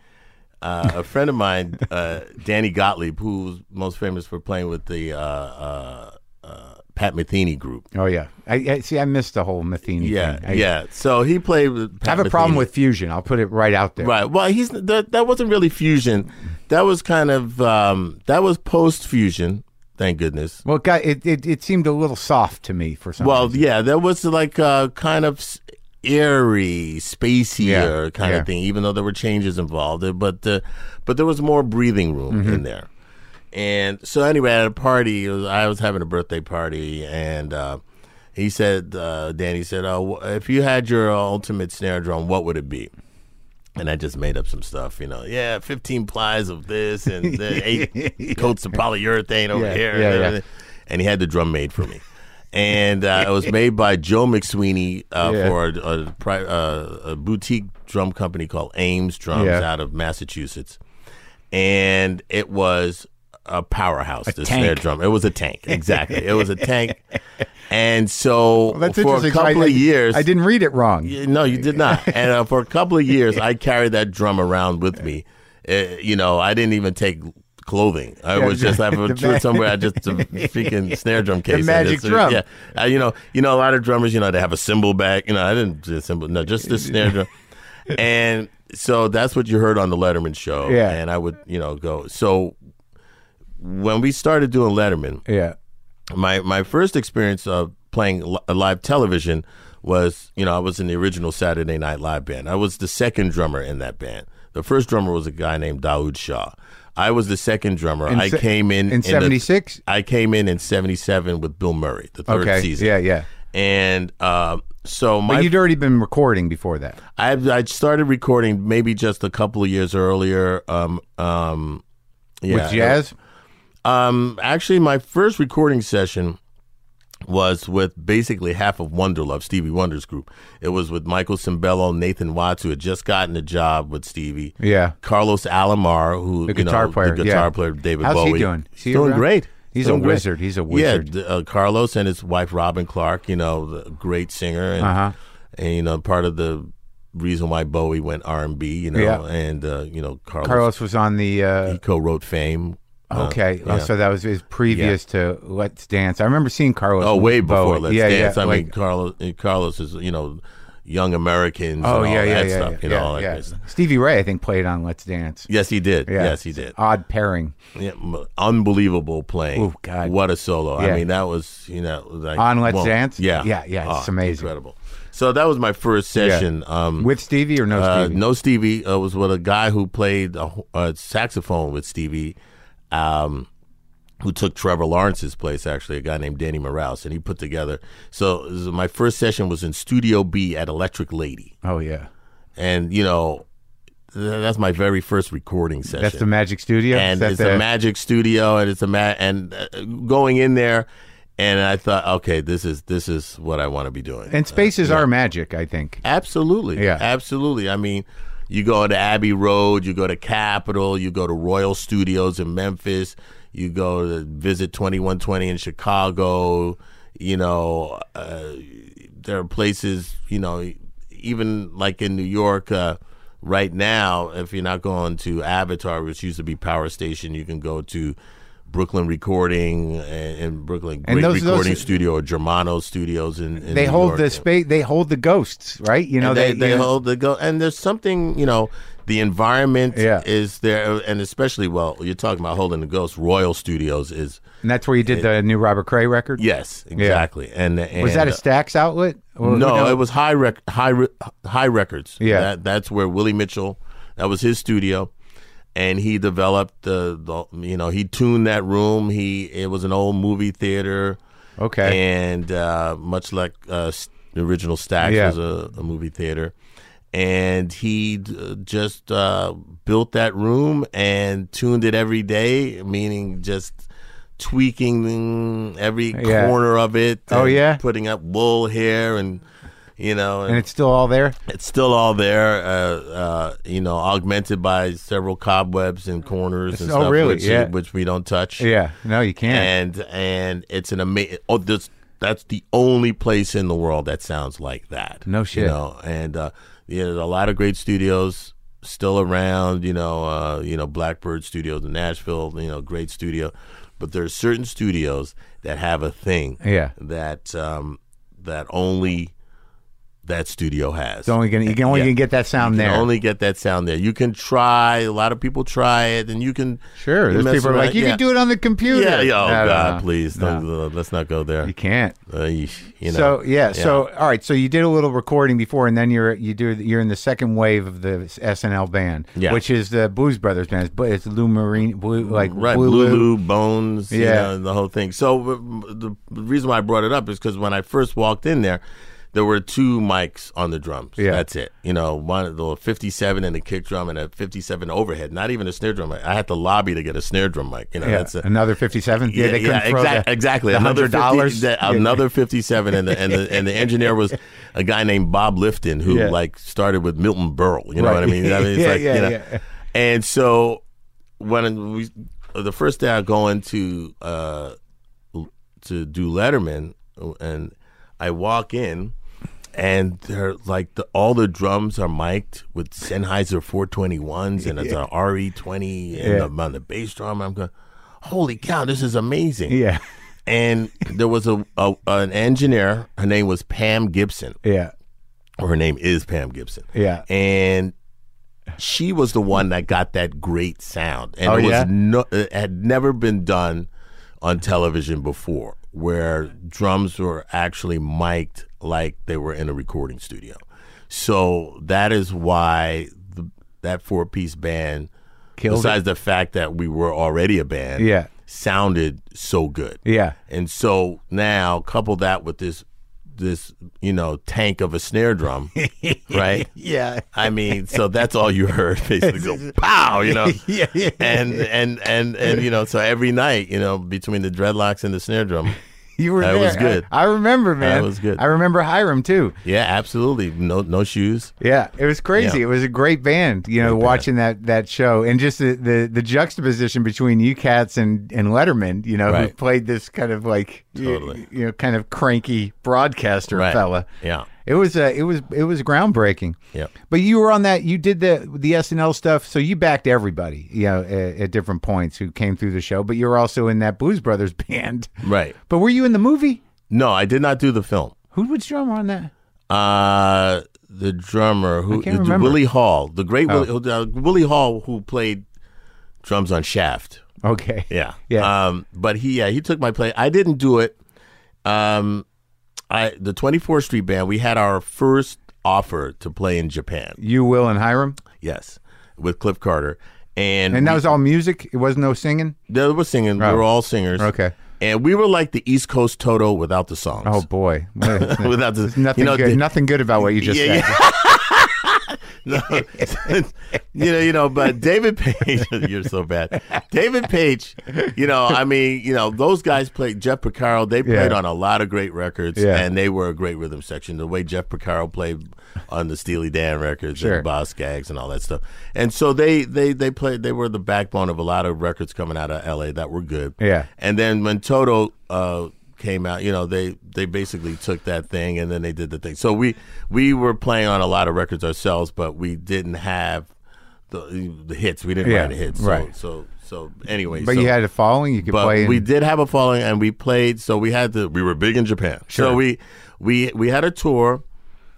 Uh, a friend of mine, uh, Danny Gottlieb, who's most famous for playing with the uh, uh, uh, Pat Metheny group.
Oh yeah, I, I see. I missed the whole Matheny.
Yeah,
thing. I,
yeah. So he played with.
I
Pat
have a problem
Metheny.
with fusion. I'll put it right out there.
Right. Well, he's that, that wasn't really fusion. That was kind of um, that was post fusion. Thank goodness.
Well, it, got, it, it it seemed a little soft to me for some.
Well,
reason.
yeah, that was like a kind of s- airy, spacier
Yeah,
kind
yeah.
of thing. Even though there were changes involved, uh, but uh, but there was more breathing room in
Mm-hmm.
there. And so, anyway, at a party, it was, I was having a birthday party, and uh, he said, uh, Danny said, "Oh, wh- if you had your ultimate snare drum, what would it be?" And I just made up some stuff, you know. Yeah, fifteen plies of
*laughs*
this, and then eight coats of polyurethane over
Yeah,
here.
yeah,
and,
yeah.
everything. and he had the drum made for me. and uh, it was made by Joe McSweeney uh,
Yeah.
for a, a, pri- uh, a boutique drum company called Ames Drums
Yeah.
out of Massachusetts, and it was a powerhouse. the
tank.
snare drum. It was a tank. Exactly. it was
*laughs*
a tank, and so
That's
for a
interesting. 'cause I-
couple
I,
of years,
I didn't read it wrong.
yeah, No, you did not. And uh, for a couple of
*laughs*
years, I carried that drum around with me. Uh, you know, I didn't even take clothing. I was just I
the
would
ma-
somewhere.
*laughs*
I just a freaking snare drum case. and
magic
it's-
drum.
Yeah, Uh, you know, you know, a lot of drummers, you know, they have a cymbal back. You know, I didn't do a cymbal. No, just the
*laughs*
snare drum. And so that's what you heard on the Letterman show.
Yeah.
And I would, you know, go. So when we started doing Letterman,
Yeah.
my my first experience of playing li- uh, live television was you know I was in the original Saturday Night Live band. I was the second drummer in that band. The first drummer was a guy named Daoud Shah. I was the second drummer. I
se-
came in
in
the-
76?
I came in in '77 with Bill Murray, the third
Okay.
season.
Yeah, yeah.
And uh, so my
But you'd already been recording before that.
I I started recording maybe just a couple of years earlier. Um, um, yeah,
With jazz?
um, actually, my first recording session was with basically half of Wonderlove, Stevie Wonder's group. It was with Michael Cimbello, Nathan Watts, who had just gotten a job with Stevie.
Yeah.
Carlos Alomar, who
The
you know,
guitar player,
the guitar
yeah.
player, David
How's he
Bowie.
doing? Is he
doing
around?
great.
He's
Doing
a
great.
wizard. He's a wizard.
Yeah, d- uh, Carlos and his wife Robin Clark. You know, the great singer and,
Uh-huh.
and you know part of the reason why Bowie went R and B. You know,
Yeah.
and uh, you know Carlos,
Carlos was on the. Uh,
he co-wrote Fame. uh,
okay. oh,
yeah.
so that was his previous to Let's Dance. I remember seeing Carlos.
Oh,
with
way before
Bowie.
Let's
yeah,
Dance.
Yeah,
I
like,
mean, Carlos. Carlos is you know, young Americans.
Oh,
and all
yeah, yeah,
that
yeah.
stuff,
yeah,
you know,
yeah,
all that
yeah.
good stuff.
Stevie Ray, I think, played on Let's Dance.
Yes, he did.
Yeah.
Yes, he did.
Odd pairing.
Yeah, m- unbelievable playing.
Oh, God.
what a solo!
Yeah.
I mean, that was you know like
On Let's
well,
Dance?
Yeah,
Yeah, yeah, it's
Oh,
amazing.
incredible. So that was my first session. Um,
With Stevie or no
uh,
Stevie?
no Stevie uh, was with a guy who played a, wh- a saxophone with Stevie, um, who took Trevor Lawrence's place. Actually, a guy named Danny Morales, and he put together. So, this is- my first session was in Studio B at Electric Lady,
Oh, yeah.
and you know th- that's my very first recording session.
That's the Magic Studio? Is
and
that
it's
the-
a magic studio, and it's a ma- and uh, going in there, and I thought, okay, this is this is what I want to be doing.
And spaces are magic, I think.
Absolutely.
Yeah.
Absolutely. I mean, you go to Abbey Road, you go to Capitol, you go to Royal Studios in Memphis, you go to visit 2120 in Chicago, you know, uh, there are places, you know, even like in New York uh, right now, if you're not going to Avatar, which used to be Power Station, you can go to Brooklyn Recording and, and Brooklyn Great
And those- those-
Recording Studio or Germano Studios in, in
They
New
hold
York.
the space. They hold the ghosts, right? You know,
And they, they
you know-
hold the go and there's something you know the environment
Yeah.
is there and especially well you're talking about holding the ghost royal studios is
and that's where you did the new Robert Cray record.
yes exactly and, and uh,
was that a Stax outlet? Or-
no, it was high rec high Re- high records
Yeah.
that, that's where willie mitchell that was his studio and he developed the, the you know he tuned that room he it was an old movie theater
okay.
and uh, much like uh, s- the original Stacks
Yeah.
was a, a movie theater, and he d- just uh, built that room and tuned it every day, meaning just tweaking every
Yeah.
corner of it.
Oh,
and
yeah?
putting up wool hair and you know,
and it's still all there.
it's still all there, uh, uh, you know, augmented by several cobwebs and corners and
Oh,
stuff,
really?
which,
Yeah.
which we don't touch
Yeah. No, you can't.
and and it's an amazing. Oh, this that's the only place in the world that sounds like that.
No shit.
You know, and uh, yeah, there's a lot of great studios still around. You know, uh, you know Blackbird Studios in Nashville. You know, great studio, but there's certain studios that have a thing.
Yeah.
That um, that only that studio has.
it's only gonna you can only
Yeah.
gonna get that sound
You
there.
can only get that sound there. You can try. A lot of people try it, and you can
sure.
you
There's
mess
people are
around-
like, you
yeah.
can do it on the computer.
Yeah, yeah. Oh
No, no,
God,
no.
please,
No.
don't, uh, let's not go there.
You can't.
Uh, yeesh, you know.
So yeah, so all right, so you did a little recording before, and then you're you do you're in the second wave of the SNL band,
Yeah.
which is the Blues Brothers band. It's, Blu- it's Lou Marine, Blue like
right,
Blue Lou.
Lulu Bones, yeah,
Yeah.
and the whole thing. So w- the reason why I brought it up is because when I first walked in there, there were two mics on the drums.
Yeah.
That's it. You know, one the 57 and the kick drum and a 57 overhead, not even a snare drum mic. I had to lobby to get a snare drum mic. You know,
Yeah,
that's a,
another fifty-seven. Yeah, they couldn't throw
exact-
the-
exactly.
the
another
hundred dollars.
$50 that- another fifty-seven, and the and the and the engineer was a guy named Bob Lifton who
Yeah.
like started with Milton Berle. You know
Right.
what I mean? I mean,
*laughs*
it's
Yeah,
like,
yeah,
you know.
yeah.
And so when we, the first day I go into uh, to do Letterman, and I walk in. And they're like the, all the drums are mic'd with Sennheiser 421s and
*laughs*
it's an RE20 and
Yeah.
I'm on the bass drum. I'm going, holy cow, this is amazing
yeah,
and there was a, a an engineer. Her name was Pam Gibson,
yeah,
or her name is Pam Gibson.
Yeah.
and she was the one that got that great sound, and
Oh,
it was
yeah?
no, it had never been done on television before, where drums were actually mic'd like they were in a recording studio. So that is why the, that four piece band,
Killed it.
besides the fact that we were already a band,
Yeah.
sounded so good.
yeah.
And so now couple that with this this, you know, tank of a snare
*laughs*
drum, right?
Yeah. *laughs*
I mean, so that's all you heard basically go pow, you know.
*laughs* Yeah, yeah.
And and and and you know, so every night, you know, between the dreadlocks and the snare drum.
You were
That
there.
was good.
I, I remember, man.
was good.
I remember Hiram too.
Yeah, absolutely. No no shoes.
Yeah, it was crazy.
Yeah.
It was a great band, you know, watching that that show and just the the, the juxtaposition between you cats and and Letterman, you know, who
Right.
played this kind of like y-
Totally.
you, know kind of cranky broadcaster
Right.
fella.
Yeah.
It was uh, it was it was groundbreaking.
Yep.
But you were on that. You did the the SNL stuff, so you backed everybody, you know, at, at different points who came through the show. But you were also in that Blues Brothers *laughs* band.
Right.
But were you in the movie?
No, I did not do the film.
Who was drummer on that?
Uh the drummer who
can't
the-
remember. Oh.
Willie Hall, the great Willie, uh, Willie Hall who played drums on Shaft.
Okay.
Yeah.
Yeah.
Um, but he yeah, he took my play. I didn't do it. Um I the 24th Street band, we had our first offer to play in Japan.
You, Will, and Hiram,
Yes. With Cliff Carter. And,
and that
we-
was all music. It was no singing.
they were singing. We were all singers.
Okay.
And we were like the East Coast Toto without the songs.
Oh
*laughs*
boy, There's
without the
nothing
you know,
good.
the-
nothing good about what you just
Yeah,
said.
No, *laughs* you know, you know, but David Page, *laughs* you're so bad. David Page, you know, I mean, you know, those guys played Jeff Picaro. They played
Yeah.
on a lot of great records,
Yeah.
and they were a great rhythm section. The way Jeff Picaro played on the Steely Dan records
Sure.
and Boss Gags and all that stuff, and so they they they played. They were the backbone of a lot of records coming out of L.A. that were good.
Yeah.
And then when Toto uh, came out, you know, they they basically took that thing and then they did the thing. So we we were playing on a lot of records ourselves, but we didn't have the the hits. We didn't
Yeah,
write the hits. So,
right.
So so anyway,
But
so-
you had a following. You could
but
play. in-
we did have a following and we played. So we had to. We were big in Japan.
Sure.
So we we we had a tour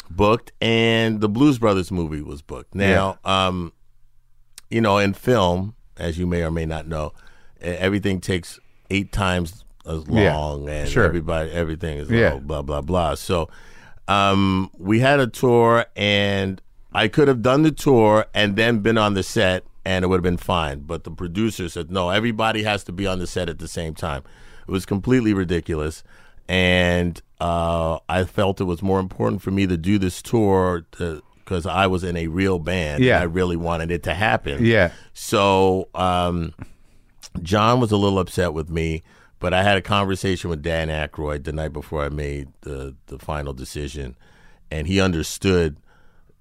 booked and the Blues Brothers movie was booked. Now, um, you know, in film, as you may or may not know, e- everything takes eight times as
Yeah.
long, and
Sure.
everybody, everything is
Yeah.
yeah. blah blah blah. So, um, we had a tour, and I could have done the tour and then been on the set, and it would have been fine. But the producer said, "No, everybody has to be on the set at the same time." It was completely ridiculous, and uh, I felt it was more important for me to do this tour because I was in a real band.
Yeah.
I really wanted it to happen.
Yeah.
So um, John was a little upset with me, but I had a conversation with Dan Aykroyd the night before I made the the final decision, and he understood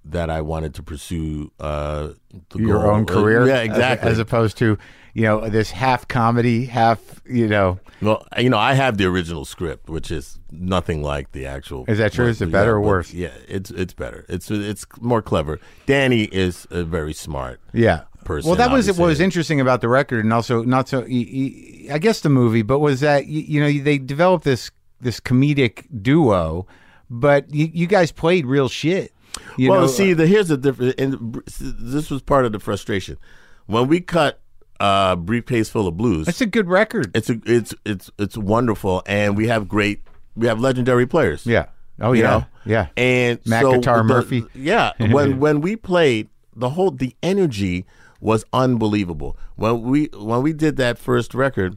that I wanted to pursue uh, the
your
goal.
own
Uh,
career.
yeah,
as-
exactly.
As, opposed to you know this half comedy, half you know.
well, you know, I have the original script, which is nothing like the actual.
Is that true? Is it better or
but-
worse?
Yeah, it's it's better. It's it's more clever. Danny is uh, very smart.
Yeah.
Person,
well, that was what was
obviously.
interesting about the record, and also not so. y- y- I guess the movie, but was that you, you know they developed this this comedic duo, but you, you guys played real shit. You
well,
know?
see, the here's the difference, and br- this was part of the frustration when we cut uh, briefcase full of blues.
it's a good record.
It's a, it's it's it's wonderful, and we have great, we have legendary players.
yeah. Oh
you
yeah.
know,
Yeah.
and
Mac
so
Guitar
the-
Murphy. *laughs*
Yeah, when when we played, the whole the energy was unbelievable. When we when we did that first record,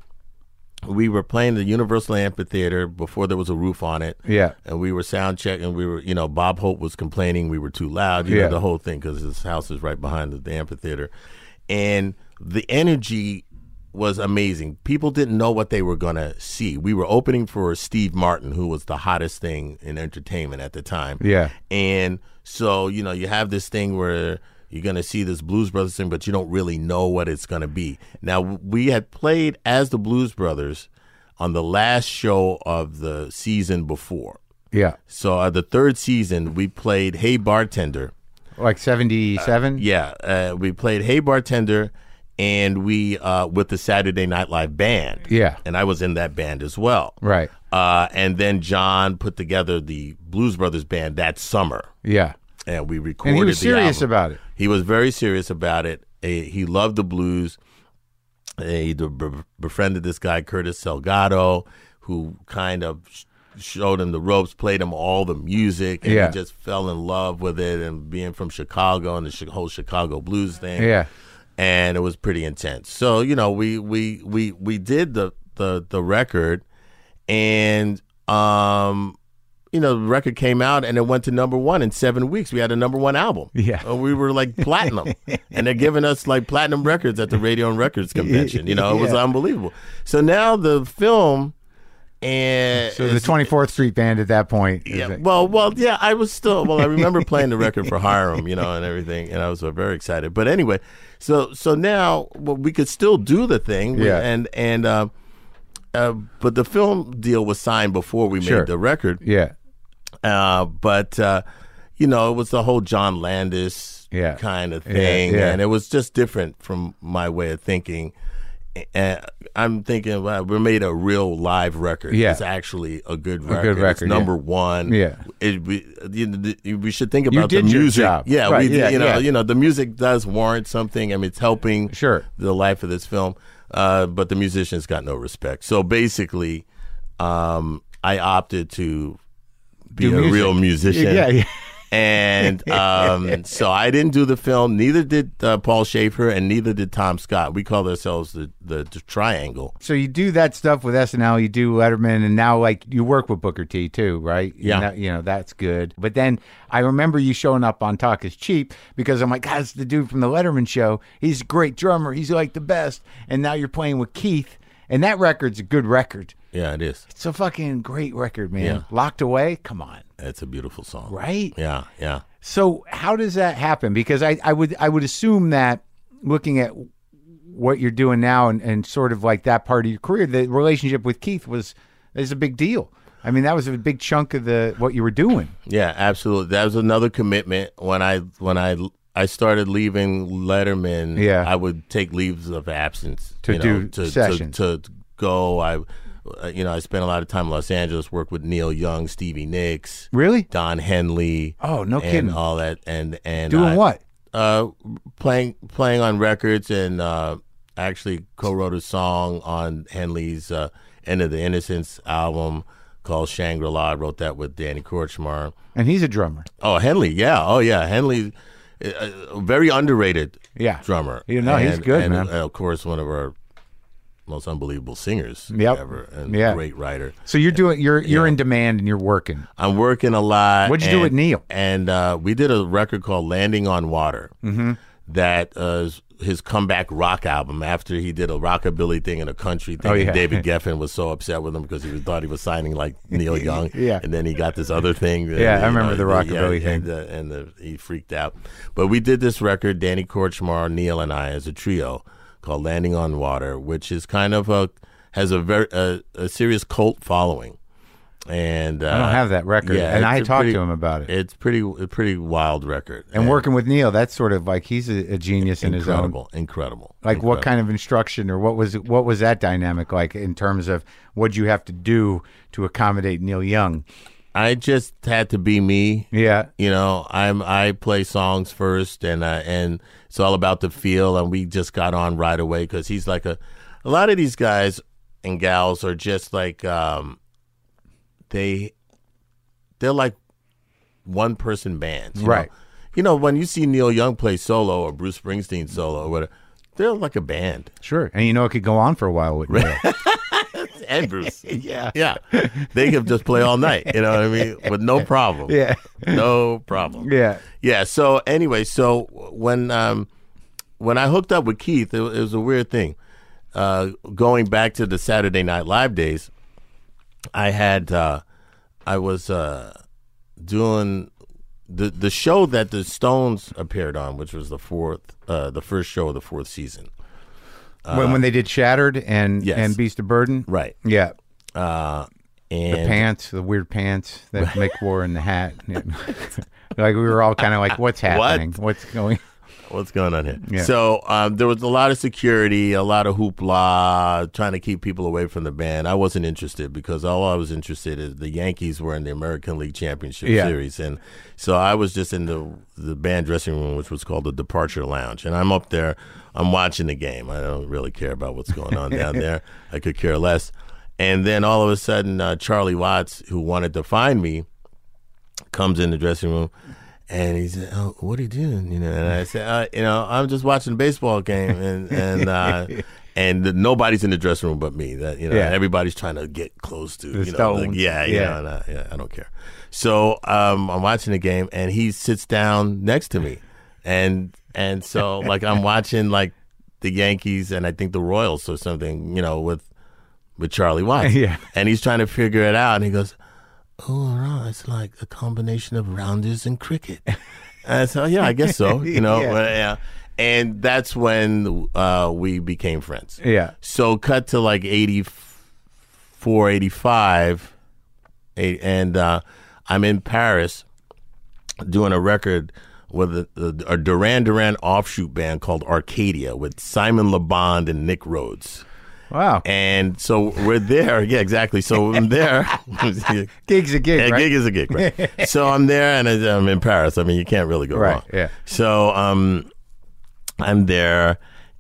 we were playing the Universal Amphitheater before there was a roof on it.
Yeah.
And we were sound checking. We were, you know, Bob Hope was complaining we were too loud. You
Yeah.
know, the whole thing because his house is right behind the, the amphitheater, and the energy was amazing. People didn't know what they were gonna see. We were opening for Steve Martin, who was the hottest thing in entertainment at the time.
Yeah.
And so, you know, you have this thing where you're going to see this Blues Brothers thing, but you don't really know what it's going to be. Now, we had played as the Blues Brothers on the last show of the season before.
Yeah.
So, uh, the third season, we played Hey Bartender.
Like 77?
Yeah, uh, we played Hey Bartender, and we uh, with the Saturday Night Live band.
Yeah.
and I was in that band as well.
Right.
Uh, and then John put together the Blues Brothers band that summer
Yeah.
and we recorded.
And he was
the
serious
album.
about it.
He was very serious about it. Eh, He loved the blues. Eh, He de- be- befriended this guy Curtis Salgado, who kind of sh- showed him the ropes, played him all the music, and
Yeah.
he just fell in love with it. And being from Chicago and the chi- whole Chicago blues thing,
Yeah.
and it was pretty intense. So you know, we we we we did the the the record, and um, you know, the record came out and it went to number one in seven weeks. We had a number one album.
Yeah.
And we were like
*laughs*
platinum, and they're giving us like platinum records at the Radio and Records convention. You know, it was
Yeah.
unbelievable. So now the film. And
So the
is-
24th Street Band at that point. is
yeah.
it-
Well, well, yeah. I was still. Well, I remember playing the record for Hiram, you know, and everything, and I was uh, very excited. But anyway, so so now well, we could still do the thing. We-
Yeah.
And and uh, uh, but the film deal was signed before we
Sure.
made the record.
yeah.
Uh, but uh, you know, it was the whole John Landis
Yeah.
kind of
Yeah,
thing,
yeah.
and it was just different from my way of thinking. And I'm thinking, wow, we made a real live record.
Yeah.
It's actually a good record.
good record,
It's
yeah.
number one.
Yeah.
It, we, you know, the- we should think about
did
the
your
music.
job.
Yeah,
Right,
we did,
yeah,
you know,
yeah.
you know, the music does warrant something. I mean, it's helping
Sure.
the life of this film. Uh, but the musicians got no respect. So basically, um, I opted to be
Do
a
music.
real musician.
Yeah. yeah.
*laughs* And um, so I didn't do the film. Neither did uh, Paul Schaefer, and neither did Tom Scott. We called ourselves the the, the triangle.
So you do that stuff with SNL, you do Letterman, and now like you work with Booker T too, right? You
Yeah.
know- you know that's good. But then I remember you showing up on Talk Is Cheap because I'm like, God, it's the dude from the Letterman show. He's a great drummer. He's like the best. And now you're playing with Keith, and that record's a good record.
Yeah, it is.
It's a fucking great record, man.
Yeah.
Locked away, come on,
It's a beautiful song.
right?
Yeah, yeah.
So how does that happen? Because I, I would I would assume that looking at what you're doing now and, and sort of like that part of your career, the relationship with Keith was is a big deal. I mean, that was a big chunk of the what you were doing.
Yeah, absolutely. That was another commitment when I when I I started leaving Letterman.
Yeah.
I would take leaves of absence
To
you know,
do
to,
sessions.
to to go. I uh, you know I spent a lot of time in Los Angeles. Worked with Neil Young, Stevie Nicks,
Really?
Don Henley.
Oh, no
and
kidding.
All that and and
Doing
I-
what?
Uh, playing playing on records and uh, actually co-wrote a song on Henley's uh, End of the Innocence album called Shangri La. I wrote that with Danny Korchmar.
And he's a drummer.
Oh, Henley, yeah. Oh, yeah. Henley, uh, uh, very underrated
Yeah.
drummer.
You know, he's good,
and,
man.
uh, of course, one of our most unbelievable singers
Yep.
ever and
Yeah.
great writer.
So you're doing you're you're in demand and you're working.
I'm working a lot.
What'd you do
and-
with Neil?
And uh, we did a record called Landing on Water. Mm-hmm. That uh, is his comeback rock album after he did a rockabilly thing and a country thing.
Oh, yeah. *laughs*
And David Geffen was so upset with him because he was, thought he was signing like Neil Young.
Yeah.
And then he got this other thing. that,
Yeah, I
you
remember the rockabilly thing.
yeah, And, the, and the, he freaked out. But we did this record, Danny Korchmar, Neil, and I, as a trio called Landing on Water, which is kind of a has a very a, a serious cult following. And uh,
I don't have that record,
yeah,
and I
it's a
talked
pretty-
to him about it.
It's pretty a pretty wild record.
and working with Neil, that's sort of like he's a, a genius in his own
incredible, incredible.
like what
incredible.
kind of instruction or what was what was that dynamic like in terms of what you have to do to accommodate Neil Young?
I just had to be me.
Yeah,
You know, I'm I play songs first, and uh, and it's all about the feel. And we just got on right away because he's like a, a lot of these guys and gals are just like um, they, they're like one person bands, you
Right.
Know? You know, when you see Neil Young play solo or Bruce Springsteen solo or whatever, they're like a band.
sure. And you know it could go on for a while with Neil.
and Bruce.
Yeah.
*laughs* Yeah. They could just play all night, you know what I mean? With no problem.
*laughs* Yeah.
No problem.
Yeah.
Yeah. So anyway, so when um when I hooked up with Keith, it, it was a weird thing. Uh, going back to the Saturday Night Live days, I had uh, I was uh, doing the the show that the Stones appeared on, which was the fourth, uh, the first show of the fourth season.
when when they did Shattered and
Uh, Yes.
and Beast of Burden.
Right.
Yeah.
And
Pants, the weird pants that Mick wore and the
*laughs*
hat. Yeah. *laughs* like we were all kind of like, what's happening? What's going *laughs*
What's going on here?
Yeah.
So um, there was a lot of security, a lot of hoopla, trying to keep people away from the band. I wasn't interested because all I was interested is the Yankees were in the American League Championship
Yeah.
Series, and so I was just in the the band dressing room, which was called the Departure Lounge, and I'm up there, I'm watching the game. I don't really care about what's going
*laughs*
on down there. I could care less. And then all of a sudden, uh, Charlie Watts, who wanted to find me, comes in the dressing room and he said, oh, what are you doing? You know, and I said, uh, you know, I'm just watching a baseball game and, and,
*laughs*
uh, and the, nobody's in the dressing room but me that, you know,
Yeah.
everybody's trying to get close to,
The
you know, like,
Stones.
yeah, you
Yeah.
know, and I, yeah, I don't care. So, um, I'm watching the game and he sits down next to me and, and so
*laughs*
like I'm watching like the Yankees and I think the Royals or something, you know, with, with Charlie
*laughs*
Watts.
Yeah.
And he's trying to figure it out. And he goes, Oh, right. It's like a combination of rounders
*laughs*
and cricket. and so, yeah, I guess so. You know,
Yeah.
yeah. And that's when uh, we became friends.
Yeah.
So, cut to like 84, 85. eight- And uh, I'm in Paris doing a record with a, a Duran Duran offshoot band called Arcadia with Simon LeBond and Nick Rhodes.
Wow.
And so we're there. Yeah, exactly. So
*laughs*
I'm there. a
Gig's a gig, right?
gig is a gig,
*laughs*
right? so I'm there and I- I'm in Paris. I mean, you can't really go
Right,
wrong.
yeah.
So um, I'm there.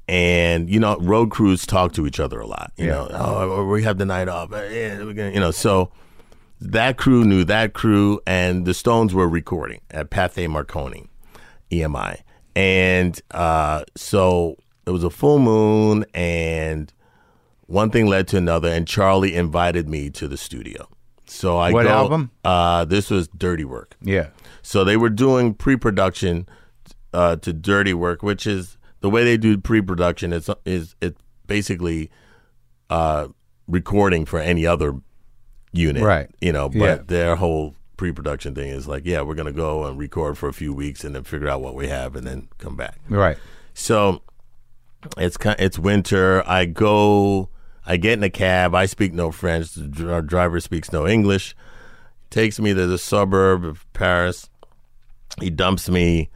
And you know, road crews talk to each other a lot. You
Yeah.
know, oh, we have the night off. Eh, Yeah, we're gonna, you know, so that crew knew that crew, and the Stones were recording at Pathé Marconi, EMI, E and uh, so it was a full moon, and one thing led to another, and Charlie invited me to the studio. So I
What
go,
album?
Uh, this was Dirty Work.
yeah.
So they were doing pre-production uh, to dirty work, which is the way they do pre-production. Is is it basically uh, recording for any other unit,
Right.
You know, but
Yeah.
their whole pre-production thing is like, yeah, we're gonna go and record for a few weeks and then figure out what we have and then come back.
Right.
So it's kind, it's winter. I go, I get in a cab. I speak no French. The dr- driver speaks no English. Takes me to the suburb of Paris. He dumps me.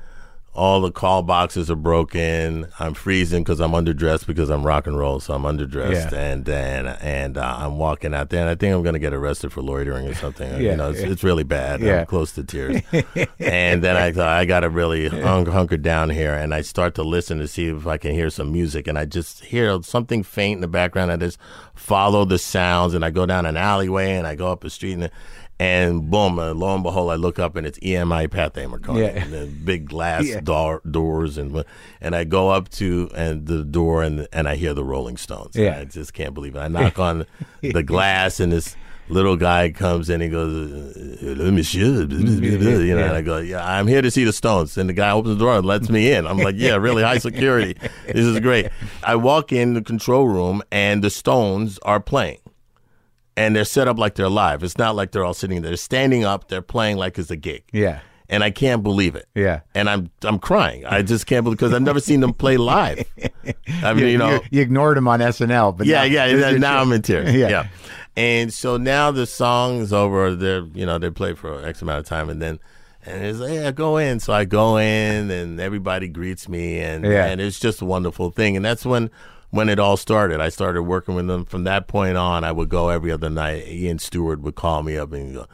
All the call boxes are broken. I'm freezing because I'm underdressed because I'm rock and roll, so I'm underdressed,
Yeah.
and and and uh, I'm walking out there, and I think I'm gonna get arrested for loitering or something.
Yeah,
you know, it's,
yeah.
it's really bad.
Yeah.
I'm close to tears. and then
*laughs*
I thought I gotta really hung, hunker down here, and I start to listen to see if I can hear some music, and I just hear something faint in the background. I just follow the sounds, and I go down an alleyway, and I go up a street, and and boom, uh, lo and behold, I look up, and it's E EMI Pathé Marconi,
Yeah.
and the big glass
Yeah.
door, doors, and and I go up to and the door, and and I hear the Rolling Stones.
Yeah.
I just can't believe it. I knock on
*laughs*
the glass, and this little guy comes in. He goes, uh, "Hello, Monsieur," you know. And I go, "Yeah, I'm here to see the Stones." And the guy opens the door and lets me in. I'm like, "Yeah, really high security. This is great." I walk in the control room, and the Stones are playing. And they're set up like they're live. It's not like they're all sitting there. They're standing up. They're playing like it's a gig
Yeah.
and I can't believe it.
Yeah.
And I'm I'm crying. I just can't believe because I've never seen them play *laughs* live. I mean, you, know,
you ignored him on SNL, but
yeah,
now-
yeah.
this is
Now,
your show.
I'm in tears.
Yeah.
Yeah. And so now the song is over. They're you know they play for X amount of time, and then and it's like, yeah, go in. So I go in, and everybody greets me, and
Yeah.
and it's just a wonderful thing. And that's when when it all started. I started working with them. From that point on, I would go every other night. Ian Stewart would call me up and go,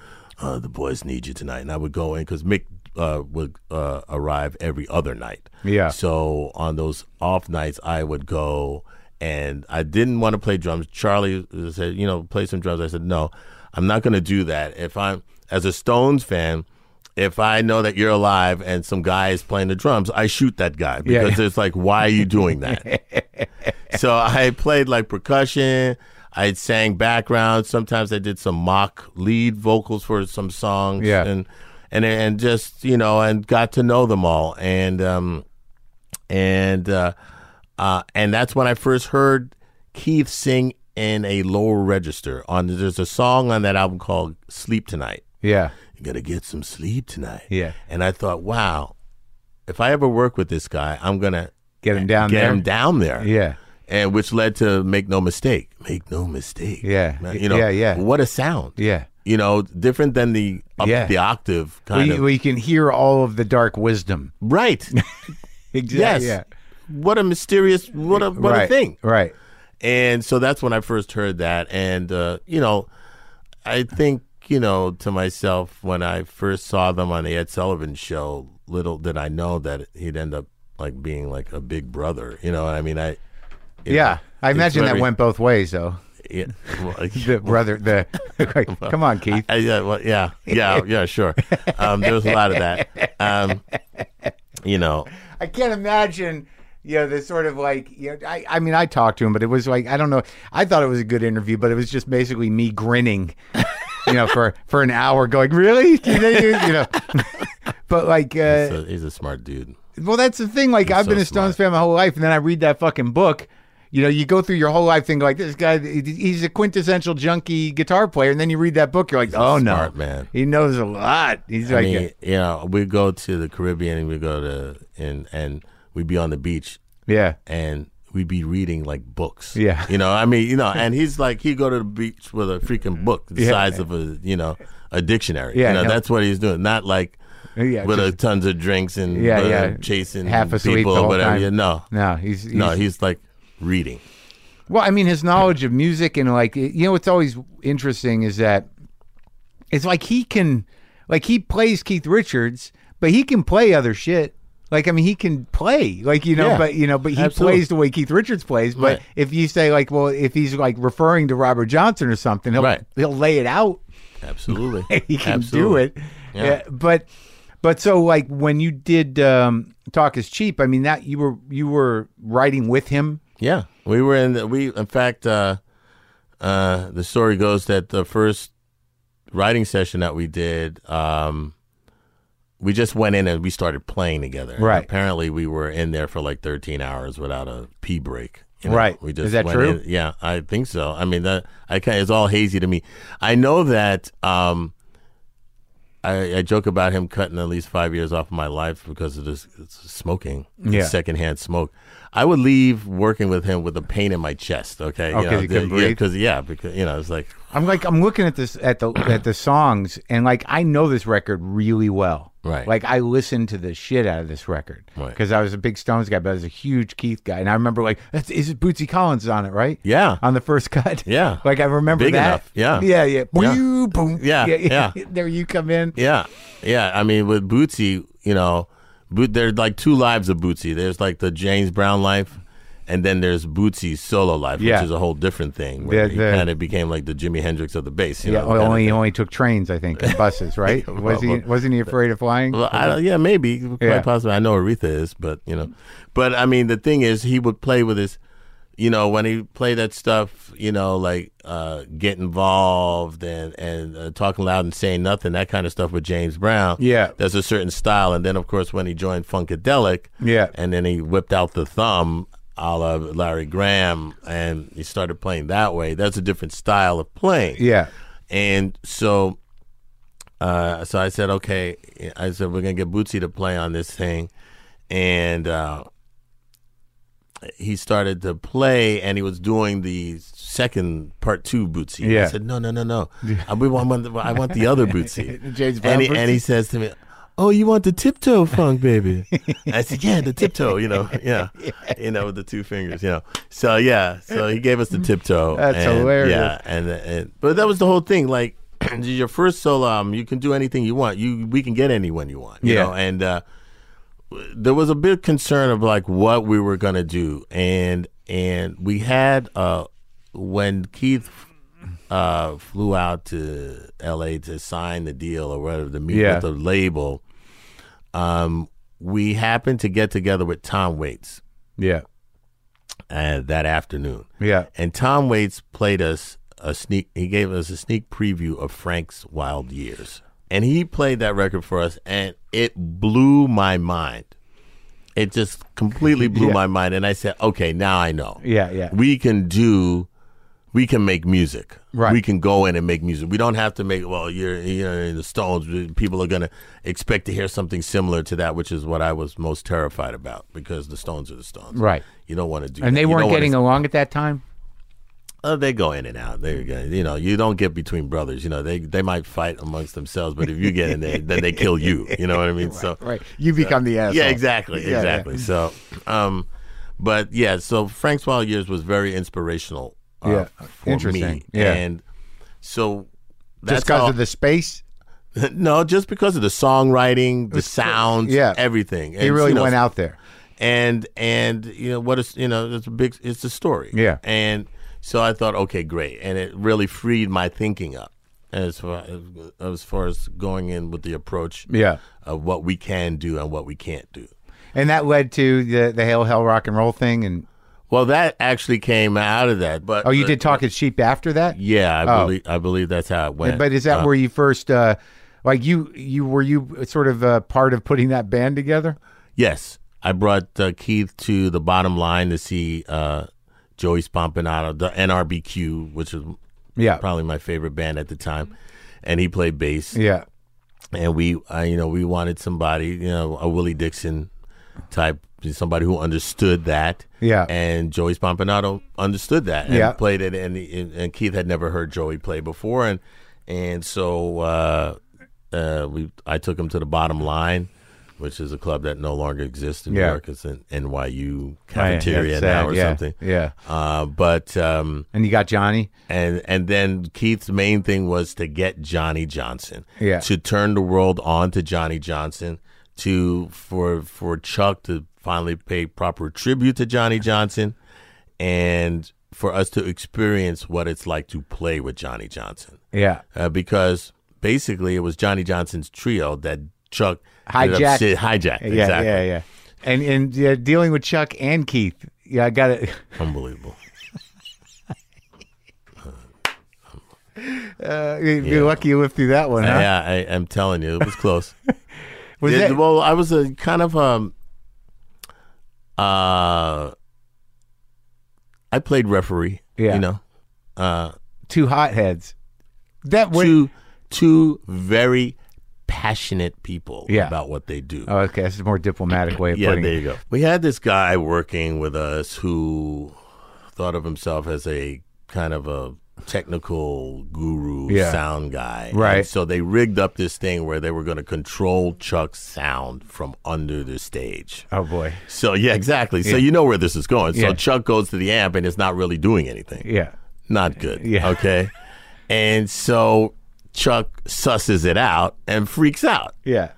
oh, "The boys need you tonight," and I would go in because Mick. Uh, would uh, arrive every other night.
Yeah.
So on those off nights, I would go and I didn't want to play drums. Charlie said, you know, play some drums. I said, no, I'm not going to do that. If I'm, as a Stones fan, if I know that you're alive and some guy is playing the drums, I shoot that guy
Yeah. *laughs*
because it's like, why are you doing that? so I played like percussion. I sang background. Sometimes I did some mock lead vocals for some songs.
Yeah.
And and and just you know and got to know them all and um and uh, uh and that's when I first heard Keith sing in a lower register on there's a song on that album called Sleep Tonight.
Yeah.
You gotta get some sleep tonight.
Yeah.
And I thought, wow, if I ever work with this guy, I'm gonna
Get him down
get
there.
him down there.
Yeah.
And which led to make no mistake. Make no mistake.
Yeah.
You know.
Yeah, yeah.
What a sound.
Yeah.
You know, different than the up
Yeah.
the octave kind
We,
of.
we can hear all of the dark wisdom. *laughs*
right. yes.
Exactly. Yeah.
What a mysterious. What a what
right.
a thing.
Right.
And so that's when I first heard that. And, uh, you know, I think, you know, to myself, when I first saw them on the Ed Sullivan show, little did I know that he'd end up like being like a big brother. You know what I mean? I, it-
Yeah. I
it's
imagine that
very-
went both ways, though.
Yeah. *laughs* well,
*laughs* The brother, the *laughs* come on, Keith.
I- Uh, yeah, well, yeah,
*laughs*
yeah, yeah, sure. Um, there was a lot of that. Um, you know,
I can't imagine. You know, the sort of like, you know, I, I mean, I talked to him, but it was like, I don't know. I thought it was a good interview, but it was just basically me
*laughs*
grinning, you know, for, for an hour going, really? Did they do-" you know, *laughs* but like, uh,
so he's a smart dude.
Well, that's the thing. Like, I've
so
been a Stones fan my whole life, and then I read that fucking book. You know, you go through your whole life thinking like this guy, he- he's a quintessential junkie guitar player, and then you read that book, you're like, oh no,
smart man.
he knows a lot. He's
I
like,
mean, you know, we go to the Caribbean and we go to and and we'd be on the beach
yeah,
and we'd be reading like books.
Yeah.
You know, I mean, you know, and he's like he'd go to the beach with a freaking book the
Yeah.
size of a you know, a dictionary.
Yeah,
You know,
no.
that's what he's doing. Not like
yeah,
with
just
a, tons of drinks and
Yeah,
uh,
yeah.
chasing
half asleep
people
the
or
whole
whatever.
time.
Yeah, no.
no, he's, he's
No, he's like reading.
Well, I mean, his knowledge of music and like you know, what's always interesting is that it's like he can, like he plays Keith Richards, but he can play other shit. Like I mean, he can play, like you know,
Yeah.
but you know, but he
Absolutely.
plays the way Keith Richards plays. But
Right.
if you say like, well, if he's like referring to Robert Johnson or something, he'll
Right.
he'll lay it out. *laughs*
Absolutely.
He can do
Absolutely.
it. Yeah, but but so like when you did um, talk is cheap, I mean that you were you were writing with him.
Yeah, we were in. The, we in fact, uh, uh, the story goes that the first writing session that we did, um, we just went in and we started playing together.
Right.
Apparently, we were in there for like 13 hours without a pee break. you
Right.
We just
Is that
went
true?
in- Yeah, I think so. I mean, that I kind it's all hazy to me. I know that. Um, I, I joke about him cutting at least five years off of my life because of this it's smoking,
Yeah.
secondhand smoke. I would leave working with him with a pain in my chest. Okay,
Oh, 'cause you couldn't
yeah,
breathe?
because yeah, because you know, it's like
I'm like I'm looking at this at the at the songs and like I know this record really well.
Right.
Like I listened to the shit out of this record.
Right.
Because I was a big Stones guy, but I was a huge Keith guy. And I remember like that's is it Bootsy Collins on it, right?
Yeah.
On the first cut.
*laughs* Yeah.
Like I remember
Big
that.
enough, yeah.
Yeah, yeah.
Yeah.
Boom, boom.
Yeah, yeah.
*laughs* there you come in.
yeah, yeah. I mean, with Bootsy, you know, Boot, there's like two lives of Bootsy. There's like the James Brown life, and then there's Bootsy's solo life,
Yeah.
which is a whole different thing.
The-
Where he
the-
kind of became like the Jimi Hendrix of the bass. You
Yeah,
know,
well,
kinda
only
thing.
only took trains, I think, and
*laughs*
buses, right? Was he
well,
wasn't he afraid of flying?
Well, I don't, yeah, maybe quite
Yeah.
possibly. I know Aretha is, but you know, but I mean, the thing is, he would play with his, you know, when he played that stuff, you know, like uh, get involved and and uh, talking loud and saying nothing, that kind of stuff with James Brown.
Yeah.
there's a certain style, and then of course when he joined Funkadelic,
Yeah.
and then he whipped out the thumb. A la Larry Graham, and he started playing that way. That's a different style of playing.
yeah.
And so, uh, so I said, okay. I said we're gonna get Bootsy to play on this thing, and uh, he started to play, and he was doing the second part two Bootsy. And
Yeah.
I said, no, no, no, no. I, we want, I want- I want the
*laughs*
other Bootsy.
James Brown
and, he, and he
Bootsy?
says to me. Oh, you want the tiptoe funk, baby? *laughs* I said, yeah, the tiptoe,
*laughs*
you know, yeah, you know, with the two fingers, you know. So yeah, so he gave us the tiptoe.
That's
and,
hilarious.
Yeah, and, and but that was the whole thing. Like *clears throat* your first solo album, you can do anything you want. You we can get anyone you want. You
Yeah.
know? and uh, w- there was a big concern of like what we were gonna do, and and we had uh when Keith uh flew out to L.A. to sign the deal or whatever to meet
Yeah.
with the label. Um, we happened to get together with Tom Waits
Yeah.
uh, that afternoon.
Yeah.
And Tom Waits played us a sneak. He gave us a sneak preview of Frank's Wild Years, and he played that record for us, and it blew my mind. It just completely blew
Yeah.
my mind, and I said, "Okay, now I know.
Yeah, yeah.
we can do." We can make music.
Right.
We can go in and make music. We don't have to make. Well, you're you're in the Stones. People are gonna expect to hear something similar to that, which is what I was most terrified about because the Stones are the Stones.
Right.
You don't want to do.
And
that.
they
You
weren't
don't wanna
getting along at that time?
Oh, they go in and out. They, go- you know, you don't get between brothers. You know, they they might fight amongst themselves, but if you get in there, then they kill you. You know what
*laughs*
I mean? so
Right. You become the asshole.
yeah, exactly,
yeah.
exactly. So, um, but yeah, so Frank's Wild Years was very inspirational.
Yeah,
Uh, for
interesting.
Me.
Yeah.
and so that's
Just because
all-
of the space?
*laughs* no, just because of the songwriting, the sounds,
uh, yeah.
everything.
He
And,
really
you know,
went out there.
and and you know what is you know it's a big it's a story
Yeah.
and so i thought okay great and it really freed my thinking up as far as far as going in with the approach
Yeah.
of what we can do and what we can't do
And that led to the, the Hail Hell Rock and Roll thing. And
well that actually came out of that but
Oh, you did Talking Sheep after that?
Uh, yeah i
Oh.
believe i believe that's how it went
But is that
Uh,
where you first, uh, like you, you were you sort of uh, part of putting that band together?
Yes, I brought uh, Keith to the bottom line to see uh, Joey Spampinato, the NRBQ, which was
Yeah.
probably my favorite band at the time, and he played bass.
Yeah.
And we, I, you know, we wanted somebody, you know, a Willie Dixon type, somebody who understood that.
Yeah.
And Joey Spampinato understood that and
Yeah.
played it, and and Keith had never heard Joey play before, and and so. Uh, uh, we I took him to the Bottom Line, which is a club that no longer exists in
Yeah.
New York. It's an NYU
Right, that's
cafeteria now
sad,
or
yeah,
something.
Yeah.
Uh, but um,
And you got Johnny?
and and then Keith's main thing was to get Johnny Johnson.
Yeah.
To turn the world on to Johnny Johnson. To for for Chuck to finally pay proper tribute to Johnny Johnson, and for us to experience what it's like to play with Johnny Johnson
Yeah.
uh, because basically it was Johnny Johnson's trio that Chuck ended
Hijacked.
up si- hijacked.
Yeah,
exactly.
yeah, yeah. And and yeah, dealing with Chuck and Keith. Yeah, I got it. *laughs*
Unbelievable.
Uh, you're lucky you lived through that one, huh?
Yeah, I, am telling you, it was close.
Was
Yeah,
that-
well, I was a kind of um, uh, I played referee.
Yeah.
you know,
two hotheads. That was
two two very passionate people
Yeah.
about what they do.
oh, okay. That's a more diplomatic way of
Yeah,
putting
there
it.
you go. We had this guy working with us who thought of himself as a kind of a technical guru
Yeah.
sound guy.
Right.
And so they rigged up this thing where they were going to control Chuck's sound from under the stage.
Oh boy.
So, yeah, exactly. So you know where this is going. So
Yeah.
Chuck goes to the amp and it's not really doing anything
Yeah.
not good.
Yeah. *laughs*
Okay. And so Chuck susses it out and freaks out.
Yeah.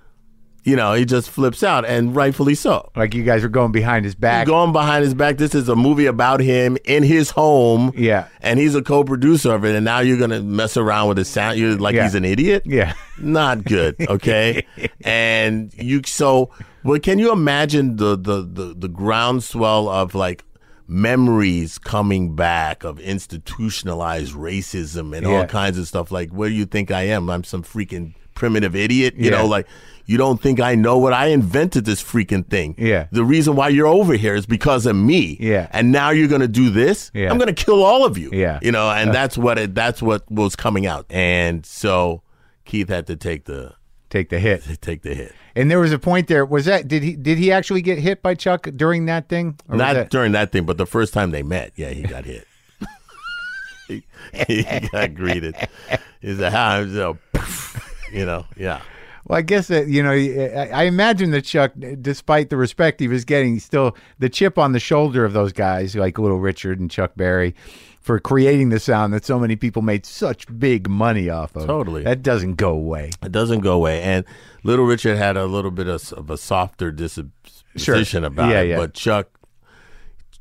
You know, he just flips out and rightfully so.
Like you guys were going behind his back.
Going behind his back. This is a movie about him in his home.
Yeah.
And he's a co producer of it. And now you're going to mess around with his sound. You're like,
Yeah.
he's an idiot?
yeah.
Not good.
*laughs*
Okay. and you, so, well, can you imagine the, the, the, the groundswell of like, Memories coming back of institutionalized racism and
Yeah.
all kinds of stuff. Like, where do you think I am? I'm some freaking primitive idiot. You
Yeah.
know, like, you don't think I know what I invented this freaking thing.
Yeah.
The reason why you're over here is because of me.
Yeah.
And now you're going to do this?
Yeah.
I'm going to kill all of you.
Yeah. Uh,
You know, and that's what it that's what was coming out. And so Keith had to take the
Take the hit.
take the hit.
And there was a point there. Was that did he did he actually get hit by Chuck during that thing? Or was
Not
that-
during that thing, but the first time they met, yeah, he got hit. *laughs* he, he got greeted. He said, "Hi," you know, you know, yeah.
Well, I guess that you know, I I imagine that Chuck, despite the respect he was getting, still the chip on the shoulder of those guys like Little Richard and Chuck Berry for creating the sound that so many people made such big money off of.
Totally.
that doesn't go away.
It doesn't go away. And Little Richard had a little bit of, of a softer disposition about
Yeah,
it.
yeah.
But Chuck,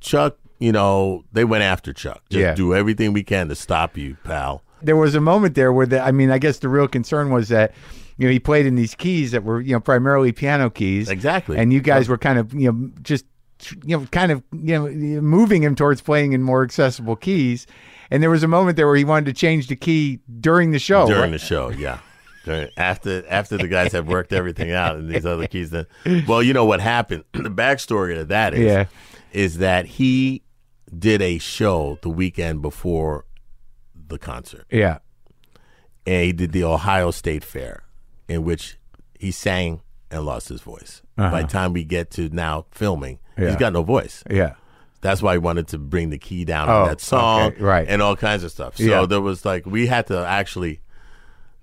Chuck, you know, they went after Chuck. Just
Yeah.
do everything we can to stop you, pal.
There was a moment there where the, I mean, I guess the real concern was that. You know, he played in these keys that were, you know, primarily piano keys.
Exactly.
And you guys were kind of, you know, just you know, kind of you know, moving him towards playing in more accessible keys. And there was a moment there where he wanted to change the key during the show.
during
Oh, right?
the show. Yeah, during, after after the guys had worked everything out and these other keys. Then, well, you know what happened. *clears throat* the backstory to that is,
Yeah.
is that he did a show the weekend before the concert,
yeah,
and he did the Ohio State Fair, in which he sang and lost his voice. By the time we get to now filming,
Uh-huh. Yeah.
he's got no voice.
yeah,
That's why he wanted to bring the key down
Oh,
on that song,
okay, right.
And all kinds of stuff. So
Yeah.
there was like we had to actually.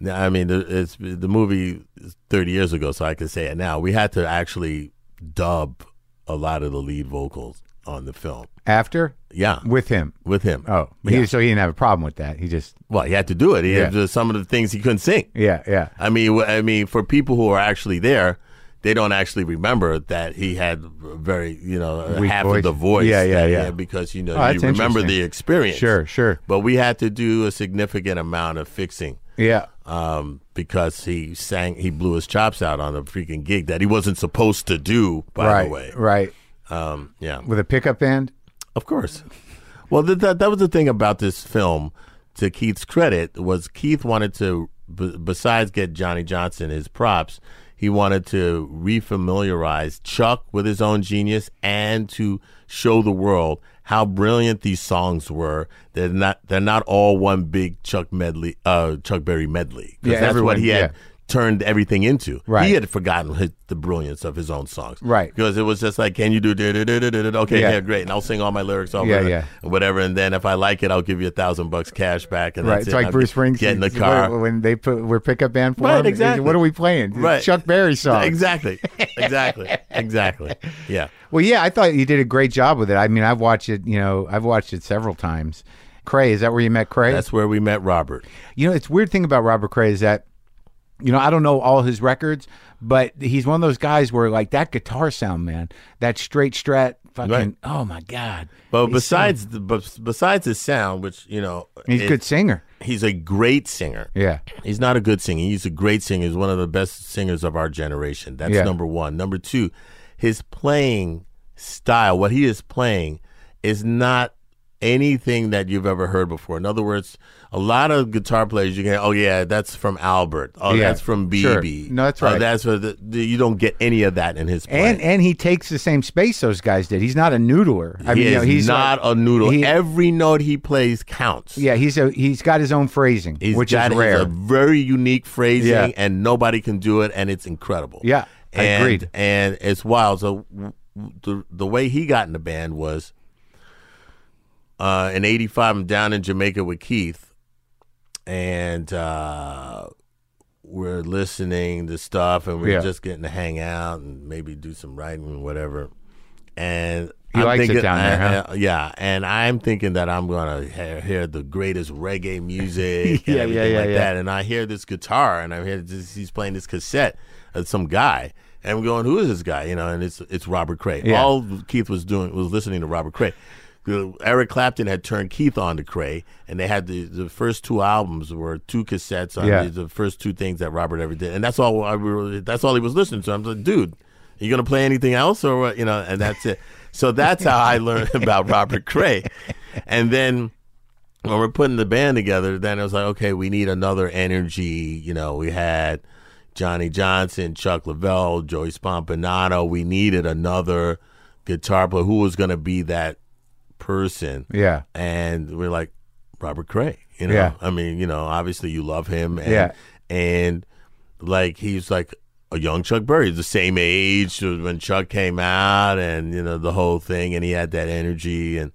I mean, there- it's the movie is thirty years ago, so I can say it now. We had to actually dub a lot of the lead vocals on the film.
after
Yeah,
with him.
with him.
Oh, he,
yeah.
so he didn't have a problem with that. He just
well, he had to do it. He had
Yeah.
to- some of the things he couldn't sing.
yeah, yeah,
I mean, wh- I mean, for people who are actually there, they don't actually remember that he had very, you know,
Weak
half
voice.
of the voice.
Yeah, yeah,
that he
yeah.
had because you know
Oh,
you
that's
remember
interesting.
the experience.
sure, sure,
But we had to do a significant amount of fixing
yeah,
um, because he sang, he blew his chops out on a freaking gig that he wasn't supposed to do. By
right,
the way,
right,
um, yeah,
with a pickup band.
of course. Well, th- that that was the thing about this film. To Keith's credit, was Keith wanted to, b- besides get Johnny Johnson his props, he wanted to refamiliarize Chuck with his own genius and to show the world how brilliant these songs were. They're not they're not all one big Chuck medley, uh, Chuck Berry medley. 'Cause
Yeah,
that's
everyone-
what he had
yeah.
turned everything into.
Right.
He had forgotten his, the brilliance of his own songs.
Right.
Because it was just like, can you do da da da da da? da? Okay,
Yeah.
yeah, great. And I'll sing all my lyrics all
Yeah,
whatever,
yeah.
whatever. And then if I like it, I'll give you a thousand bucks cash back. And
Right,
that's
it's
it.
like
I'll
Bruce
get-
Springsteen
Get in the car.
when- when they put we're pickup band for
Right,
him.
exactly.
What are we playing? It's
Right.
Chuck Berry song.
*laughs* Exactly. Exactly. exactly. Yeah.
Well, yeah, I thought you did a great job with it. I mean, I've watched it. You know, I've watched it several times. Cray, is that where you met Cray?
That's where we met Robert.
You know, it's weird thing about Robert Cray is that, you know, I don't know all his records, but he's one of those guys where like that guitar sound, man, that straight strat, fucking,
Right.
oh my god.
But
He's
besides the, bes- besides his sound, which, you know,
so- he's a
it-
good singer.
he's a great singer.
Yeah,
He's not a good singer. He's a great singer. He's one of the best singers of our generation. That's
Yeah.
number one. Number two, his playing style, what he is playing, is not anything that you've ever heard before. In other words, a lot of guitar players, you can, oh yeah, that's from Albert. Oh,
Yeah.
that's from
Sure.
BB.
No, that's
Oh,
right.
that's what the, the- you don't get any of that in his playing.
and and he takes the same space those guys did. He's not a noodler. I
he
mean, you know,
is
he's
not
like-
a noodle.
he-
Every note he plays counts.
yeah, he's a he's got his own phrasing,
He's
which
got
is
his-
rare.
a very unique phrasing,
Yeah.
and nobody can do it, and it's incredible.
Yeah, I
and,
agreed.
And it's wild. So w- w- the the way he got in the band was uh, in '85. I'm down in Jamaica with Keith, and uh, we're listening to stuff, and we're
Yeah.
just getting to hang out and maybe do some writing and whatever. And
He likes it down there, huh?
uh, yeah, and I'm thinking that I'm gonna hear, hear the greatest reggae
*laughs*
music, and
Yeah, yeah,
everything
yeah,
like
yeah.
that. And I hear this guitar, and I hear this, he's playing this cassette of some guy, and I'm going, "Who is this guy?" You know, and it's it's Robert Cray.
Yeah.
All Keith was doing was listening to Robert Cray. Eric Clapton had turned Keith on to Cray, and they had the, the first two albums were two cassettes on
Yeah.
the, the first two things that Robert ever did, and that's all I really, that's all he was listening to. I'm like, dude, are you gonna play anything else or what? You know, and that's it. So that's how I learned *laughs* about Robert Cray, and then when we're putting the band together, then it was like, okay, we need another energy. You know, we had Johnny Johnson, Chuck Lavelle, Joey Spompanato. We needed another guitar player who was going to be that person.
yeah,
And we're like, Robert Cray. You know,
Yeah.
I mean, you know, obviously you love him. And,
Yeah.
And like, he's like a young Chuck Berry, the same age when Chuck came out and, you know, the whole thing. And he had that energy and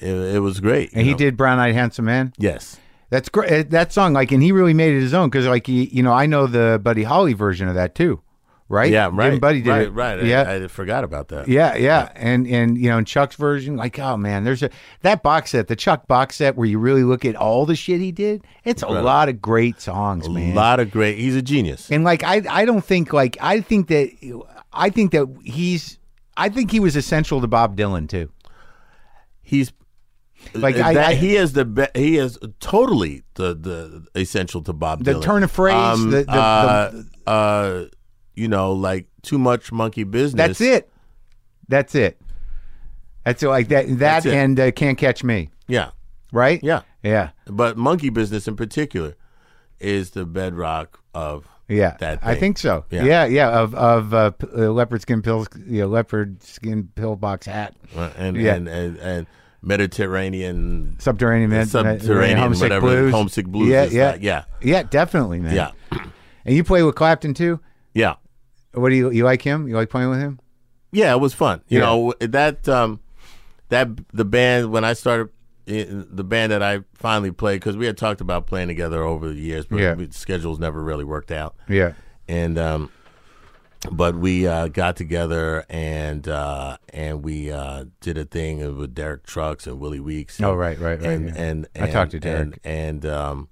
it, it was great.
and
you
he
know?
did Brown Eyed Handsome Man.
Yes.
That's great. That song, like, and he really made it his own because, like, he, you know, I know the Buddy Holly version of that too, right?
Yeah,
Didn't
right.
Buddy did
right,
it,
Right.
Yeah,
I, I forgot about that.
yeah, yeah. And and you know, and Chuck's version, like, oh man, there's a that box set, the Chuck box set, where you really look at all the shit he did. It's a
Incredible.
lot of great songs,
A
man.
lot of great. He's a genius.
And like, I I don't think like I think that I think that he's I think he was essential to Bob Dylan too.
He's
Like,
that,
I- I-
he is the be, he is totally the the essential to Bob
The
Dylan.
turn of phrase,
Um,
the, the,
uh,
the
uh, you know, like too much monkey business.
that's it, that's it. That's like that. That
That's it.
and uh, can't catch me.
Yeah,
Right.
yeah.
Yeah.
But monkey business in particular is the bedrock of
Yeah,
that.
I
thing.
think so. Yeah,
Yeah.
yeah, of of uh, p- uh, leopard skin pills, you know, leopard skin pillbox hat,
Uh, and,
Yeah.
and and and Mediterranean
subterranean, man,
subterranean
homesick
whatever
blues.
homesick blues
Yeah,
is
yeah,
like. yeah
yeah, definitely, man.
yeah
and you play with Clapton too.
yeah
What do you you like him? You like playing with him?
yeah it was fun you
Yeah.
know that um that the band when I started i- the band that I finally played because we had talked about playing together over the years but
Yeah.
we, schedules never really worked out
Yeah,
and um but we uh, got together and uh, and we uh, did a thing with Derek Trucks and Willie Weeks.
Oh, right, right, right,
And,
yeah.
and,
I talked to Derek.
and, and um,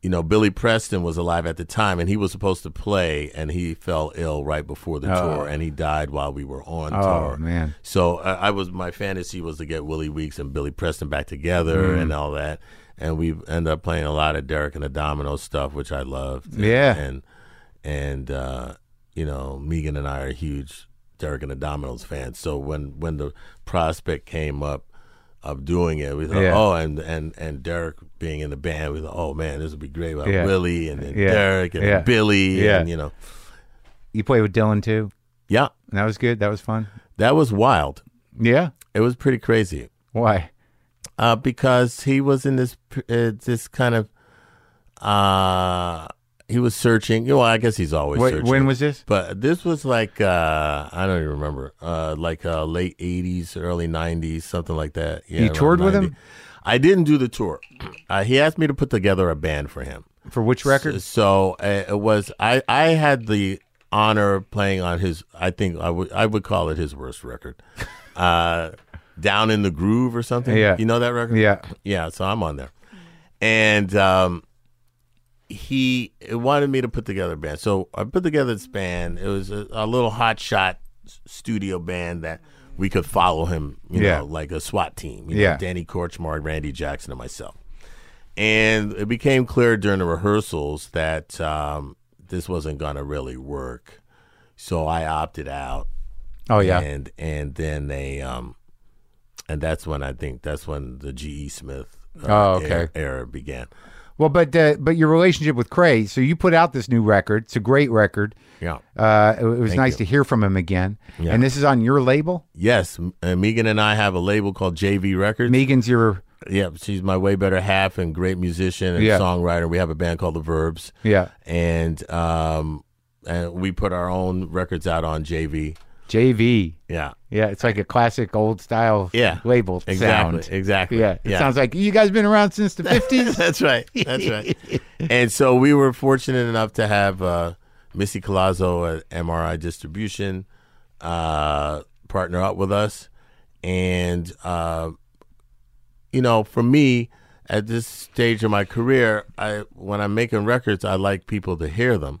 you know Billy Preston was alive at the time, and he was supposed to play, and he fell ill right before the
Oh.
tour, and he died while we were on
Oh,
tour.
man.
So uh, I was my fantasy was to get Willie Weeks and Billy Preston back together
Mm.
and all that, and we ended up playing a lot of Derek and the Domino stuff, which I loved. And-
Yeah.
and and uh, you know Megan and I are huge Derek and the Dominoes fans. So when when the prospect came up of doing it, we thought,
Yeah.
oh, and and and Derek being in the band, we thought, oh man, this would be great about
Yeah.
Willie and then
Yeah.
Derek and
Yeah.
Billy,
Yeah.
and you know,
you play with Dylan too.
yeah,
That was good. That was fun.
that was wild.
Yeah.
It was pretty crazy.
Why?
uh, because he was in this uh, this kind of uh, he was searching. You know, I guess he's always
Wait,
searching.
when was this?
but this was like uh, I don't even remember, uh, like uh, late '80s, early '90s, something like that. Yeah,
You
around
toured with
90.
him?
I didn't do the tour. Uh, he asked me to put together a band for him.
For which record?
So uh, it was I. I had the honor of playing on his. I think I would. I would call it his worst record. Uh, Down in the groove or something.
Yeah.
you know that record.
Yeah.
Yeah, so I'm on there. And um, he wanted me to put together a band. So I put together this band. It was a, a little hotshot s- studio band that we could follow him, you
Yeah.
know, like a SWAT team. you know,
Yeah.
Danny Korchmark, Randy Jackson, and myself. And it became clear during the rehearsals that um, this wasn't going to really work. So I opted out
Oh yeah.
and and then they um and that's when I think that's when the GE Smith uh,
Oh, okay.
era, era began.
Well, but uh, but your relationship with Cray. So you put out this new record. It's a great record.
Yeah.
Uh, it, it was nice
you.
to hear from him again. And this is on your label.
Yes, M- uh, Megan and I have a label called JV Records.
Megan's your
yeah, she's my way better half and great musician and
Yeah.
songwriter. We have a band called The Verbs.
yeah
And um and we put our own records out on JV.
JV.
Yeah.
Yeah, it's like a classic old style
Yeah.
label
Exactly.
sound.
Exactly.
Yeah, it sounds like you guys been around since
*laughs*
the fifties.
That's right. That's right. and so we were fortunate enough to have uh, Missy Colazzo at MRI Distribution uh, partner up with us, and uh, you know, for me at this stage of my career, I when I'm making records, I like people to hear them.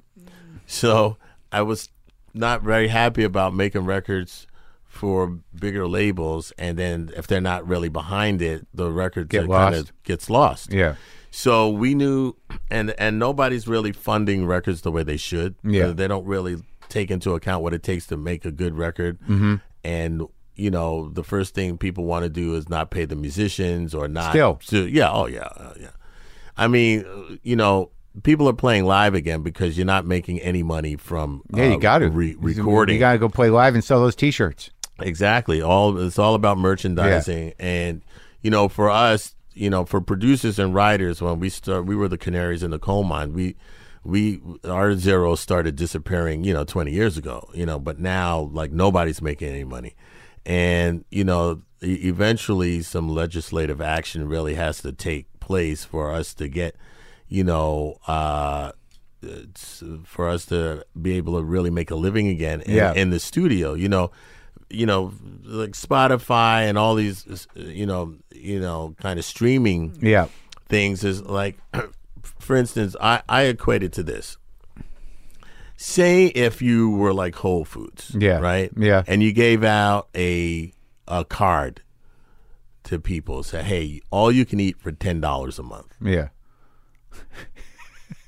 So I was not very happy about making records for bigger labels, and then if they're not really behind it, the record
Get
kind
lost.
of gets lost.
yeah,
So we knew, and and nobody's really funding records the way they should.
Yeah.
Uh, they don't really take into account what it takes to make a good record. Mm-hmm. And you know, the first thing people want to do is not pay the musicians or not.
Still.
So, yeah. Oh yeah. uh, yeah. I mean, uh, you know, people are playing live again because you're not making any money from
yeah.
uh,
you got to
re- recording.
You got to go play live and sell those T-shirts.
Exactly. All it's all about merchandising, and you know, for us, you know, for producers and writers, when we start, we were the canaries in the coal mine. We, we, our zero started disappearing, you know, twenty years ago. You know, but now like nobody's making any money, and you know, e- eventually some legislative action really has to take place for us to get, you know, uh, it's for us to be able to really make a living again in,
Yeah.
in the studio you know you know like spotify and all these you know you know kind of streaming
Yeah,
things is like *clears throat* for instance i i equate it to this say if you were like whole foods
Yeah.
right
Yeah.
and you gave out a a card to people say hey all you can eat for ten dollars a month
yeah.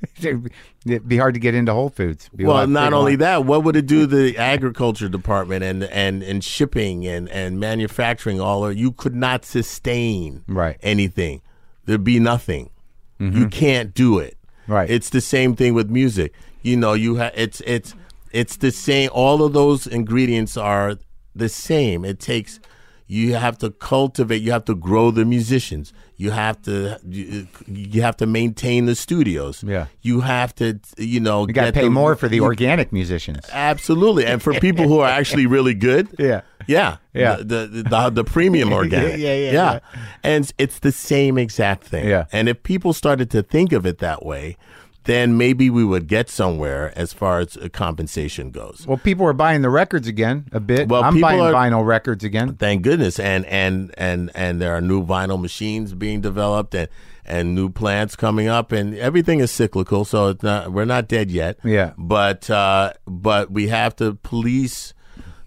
*laughs* It'd be hard to get into Whole Foods. Be a
Well,
lot-
not
big
only
line.
that, what would it
*laughs*
do to the agriculture department and and and shipping and and manufacturing all of you could not sustain
Right. Mm-hmm.
anything. There'd be nothing. You can't do it.
Right.
It's the same thing with music. You know, you ha- it's it's it's the same all of those ingredients are the same. It takes you have to cultivate, you have to grow the musicians. You have to you, you have to maintain the studios.
Yeah.
You have to you know
You got to
get
pay
the-
more for the
you-
organic musicians.
Absolutely, and for people who are actually really good,
*laughs* Yeah.
*laughs* yeah,
Yeah.
the the, the, the premium
*laughs*
organic,
Yeah, yeah,
and it's the same exact thing,
Yeah.
And if people started to think of it that way, then maybe we would get somewhere as far as uh, compensation goes.
Well, people are buying the records again a bit.
Well,
I'm
people
buying
are-
vinyl records again.
Thank goodness, and and and and there are new vinyl machines being developed, and and new plants coming up, and everything is cyclical. So it's not we're not dead yet.
Yeah.
but uh, but we have to police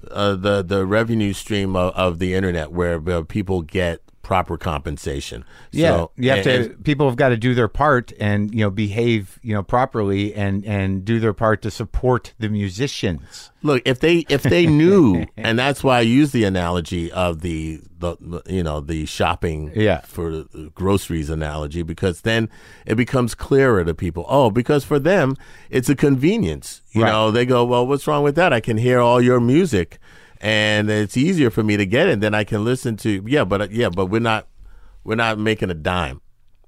uh, the the revenue stream of, of the internet where, where people get proper compensation.
Yeah,
So-
you have
and-
to. people have got to do their part and you know behave you know properly and and do their part to support the musicians.
Look, if they if they
*laughs*
knew, and that's why I use the analogy of the the, the you know the shopping
Yeah.
for groceries analogy because then it becomes clearer to people. Oh, because for them it's a convenience. You
Right.
know, they go, well, what's wrong with that? I can hear all your music, and it's easier for me to get it than I can listen to. Yeah, but yeah, but we're not we're not making a dime.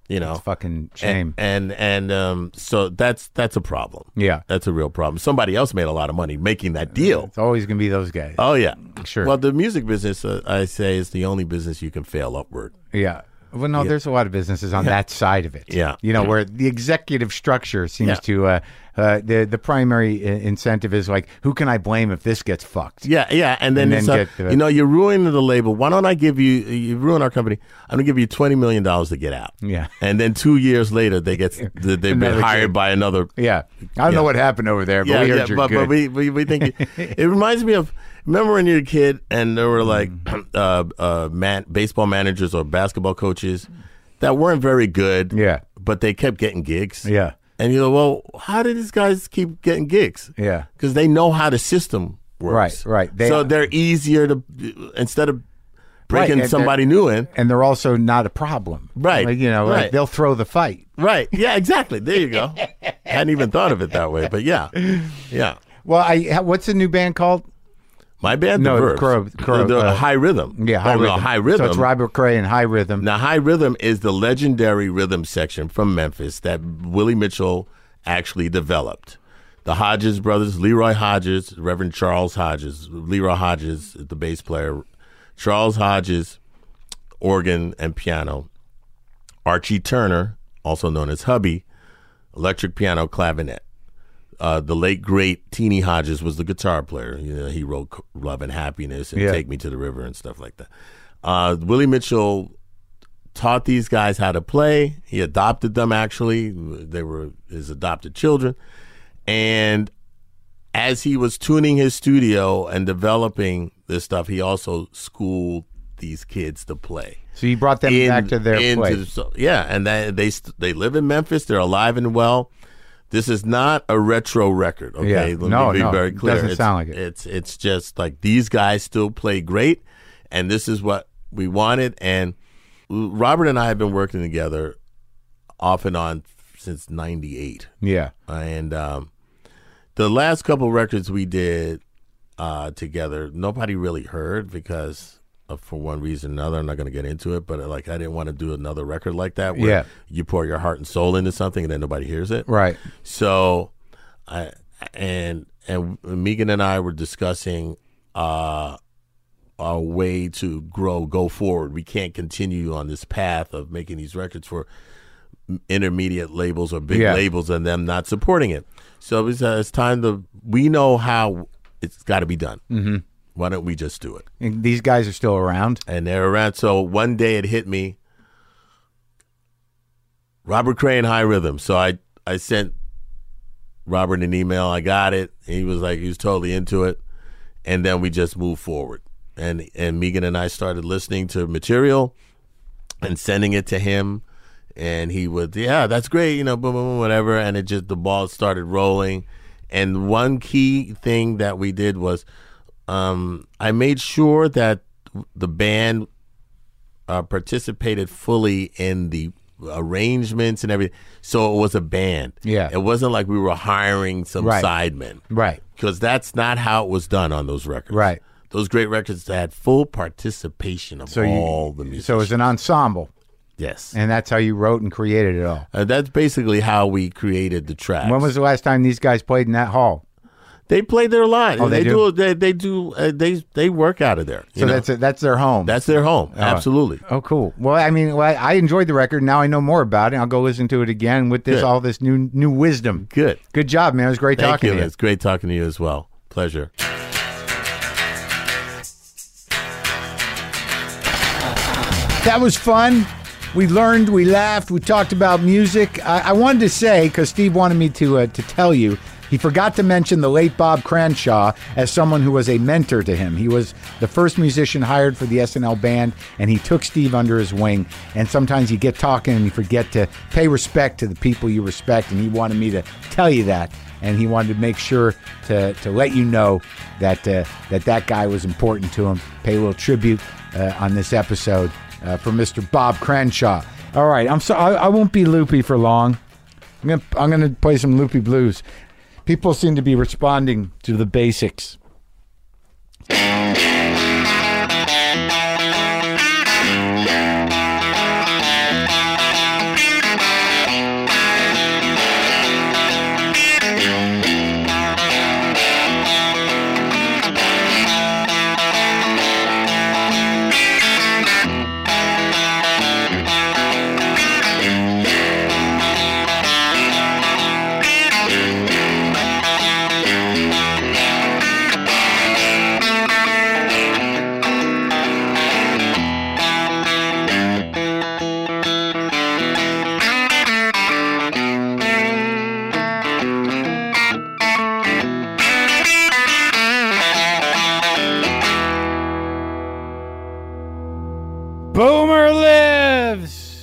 You know,
Fucking shame.
and and um, so that's that's a problem.
Yeah.
that's a real problem. Somebody else made a lot of money making that deal.
it's always gonna be those guys.
Oh yeah,
Sure.
Well, the music business, uh, I say, is the only business you can fail upward.
yeah. Well, no, there's a lot of businesses on that side of it.
Yeah.
you know where the executive structure seems
Yeah.
to uh, uh, the the primary i- incentive is like, who can I blame if this gets fucked?
Yeah, yeah, and
And
then, it's
then
uh,
get the-
you know you're ruining the label. Why don't I give you? You ruin our company. I'm gonna give you twenty million dollars to get out.
Yeah.
and then two years later
*laughs*
they get they've been
Another
hired
kid.
by another
Yeah. I don't know what happened over there, but we heard you're
but,
good.
but we, we, we think
*laughs*
it, it reminds me of remember when you're a kid and there were like
Mm.
*clears throat* uh, uh, man, baseball managers or basketball coaches that weren't very good.
Yeah.
but they kept getting gigs.
Yeah.
and you go, well, how did these guys keep getting gigs?
Yeah.
because they know how the system works.
Right, right. They-
so they're easier to instead of breaking
and they're-
somebody new in.
and they're also not a problem.
Right,
Like, you know, like
right.
they'll throw the fight.
Right? Yeah, exactly. There you go. *laughs* Hadn't even thought of it that way, but yeah, yeah.
Well, I what's the new band called?
My band,
No,
the verbs.
Crow- Crow-
the, the
uh,
high rhythm.
Yeah, High
Oh, no,
Rhythm.
high rhythm.
So it's Robert Cray and High Rhythm.
now, high rhythm is the legendary rhythm section from Memphis that Willie Mitchell actually developed. The Hodges brothers, Leroy Hodges, Reverend Charles Hodges, Leroy Hodges, the bass player, Charles Hodges, organ and piano, Archie Turner, also known as Hubby, electric piano clavinet. Uh, the late great Teeny Hodges was the guitar player. You know, he wrote C- "Love and Happiness" and
Yeah.
"Take Me to the River" and stuff like that. Uh, Willie Mitchell taught these guys how to play. He adopted them. Actually, they were his adopted children, and as he was tuning his studio and developing this stuff, he also schooled these kids to play
So you brought them
in-
back to their
into-
place.
so- yeah, and they, they st- they live in Memphis. They're alive and well. This is not a retro record. Okay,
Yeah.
let me
No,
be
no,
very
it
clear.
doesn't
it's,
sound like it.
It's it's just like these guys still play great, and this is what we wanted. And Robert and I have been working together off and on since '98
Yeah.
and um, the last couple records we did uh, together, nobody really heard because uh, for one reason or another, I'm not going to get into it. But uh, like, I didn't want to do another record like that where
Yeah.
you pour your heart and soul into something and then nobody hears it.
Right.
So, I and and Megan and I were discussing uh, a way to grow, go forward. We can't continue on this path of making these records for intermediate labels or big
Yeah.
labels and them not supporting it. So it's, uh, it's time to. We know how it's got to be done. Mm-hmm. Why don't we just do it?
And these guys are still around.
and they're around. So one day it hit me. Robert Crane High Rhythm. So I I sent Robert an email. I got it. He was like he was totally into it, and then we just moved forward. And and Megan and I started listening to material and sending it to him and he would, yeah, that's great, you know, boom, boom, boom, whatever. And it just the ball started rolling. And one key thing that we did was, um, I made sure that the band uh, participated fully in the arrangements and everything. So it was a band.
Yeah.
it wasn't like we were hiring some
Right.
sidemen
Right.
because that's not how it was done on those records.
Right.
Those great records had full participation of
So you-
all the music.
So it was an ensemble,
yes,
and that's how you wrote and created it all.
Uh, that's basically how we created the tracks.
When was the last time these guys played in that hall?
they play their line?
Oh, they do?
do. They, they do. Uh, they they work out of there. you
So
know?
that's it. That's their home.
that's their home. Absolutely.
oh, cool. Well, I mean, well, I enjoyed the record. Now I know more about it. I'll go listen to it again with this
Good.
all this new new wisdom.
Good.
Good job, man. It was great
Thank
talking
you.
to you.
It's great talking to you as well. Pleasure.
That was fun. We learned, we laughed, we talked about music. I, I wanted to say because Steve wanted me to uh, to tell you. He forgot to mention the late Bob Cranshaw as someone who was a mentor to him. He was the first musician hired for the SNL band, and he took Steve under his wing. And sometimes you get talking and you forget to pay respect to the people you respect, and he wanted me to tell you that. And he wanted to make sure to, to let you know that uh, that that guy was important to him. Pay a little tribute uh, on this episode uh, from Mr. Bob Cranshaw. All right, I'm sorry, I, I won't be loopy for long. I'm gonna I'm gonna play some loopy blues. People seem to be responding to the basics. Boomer lives.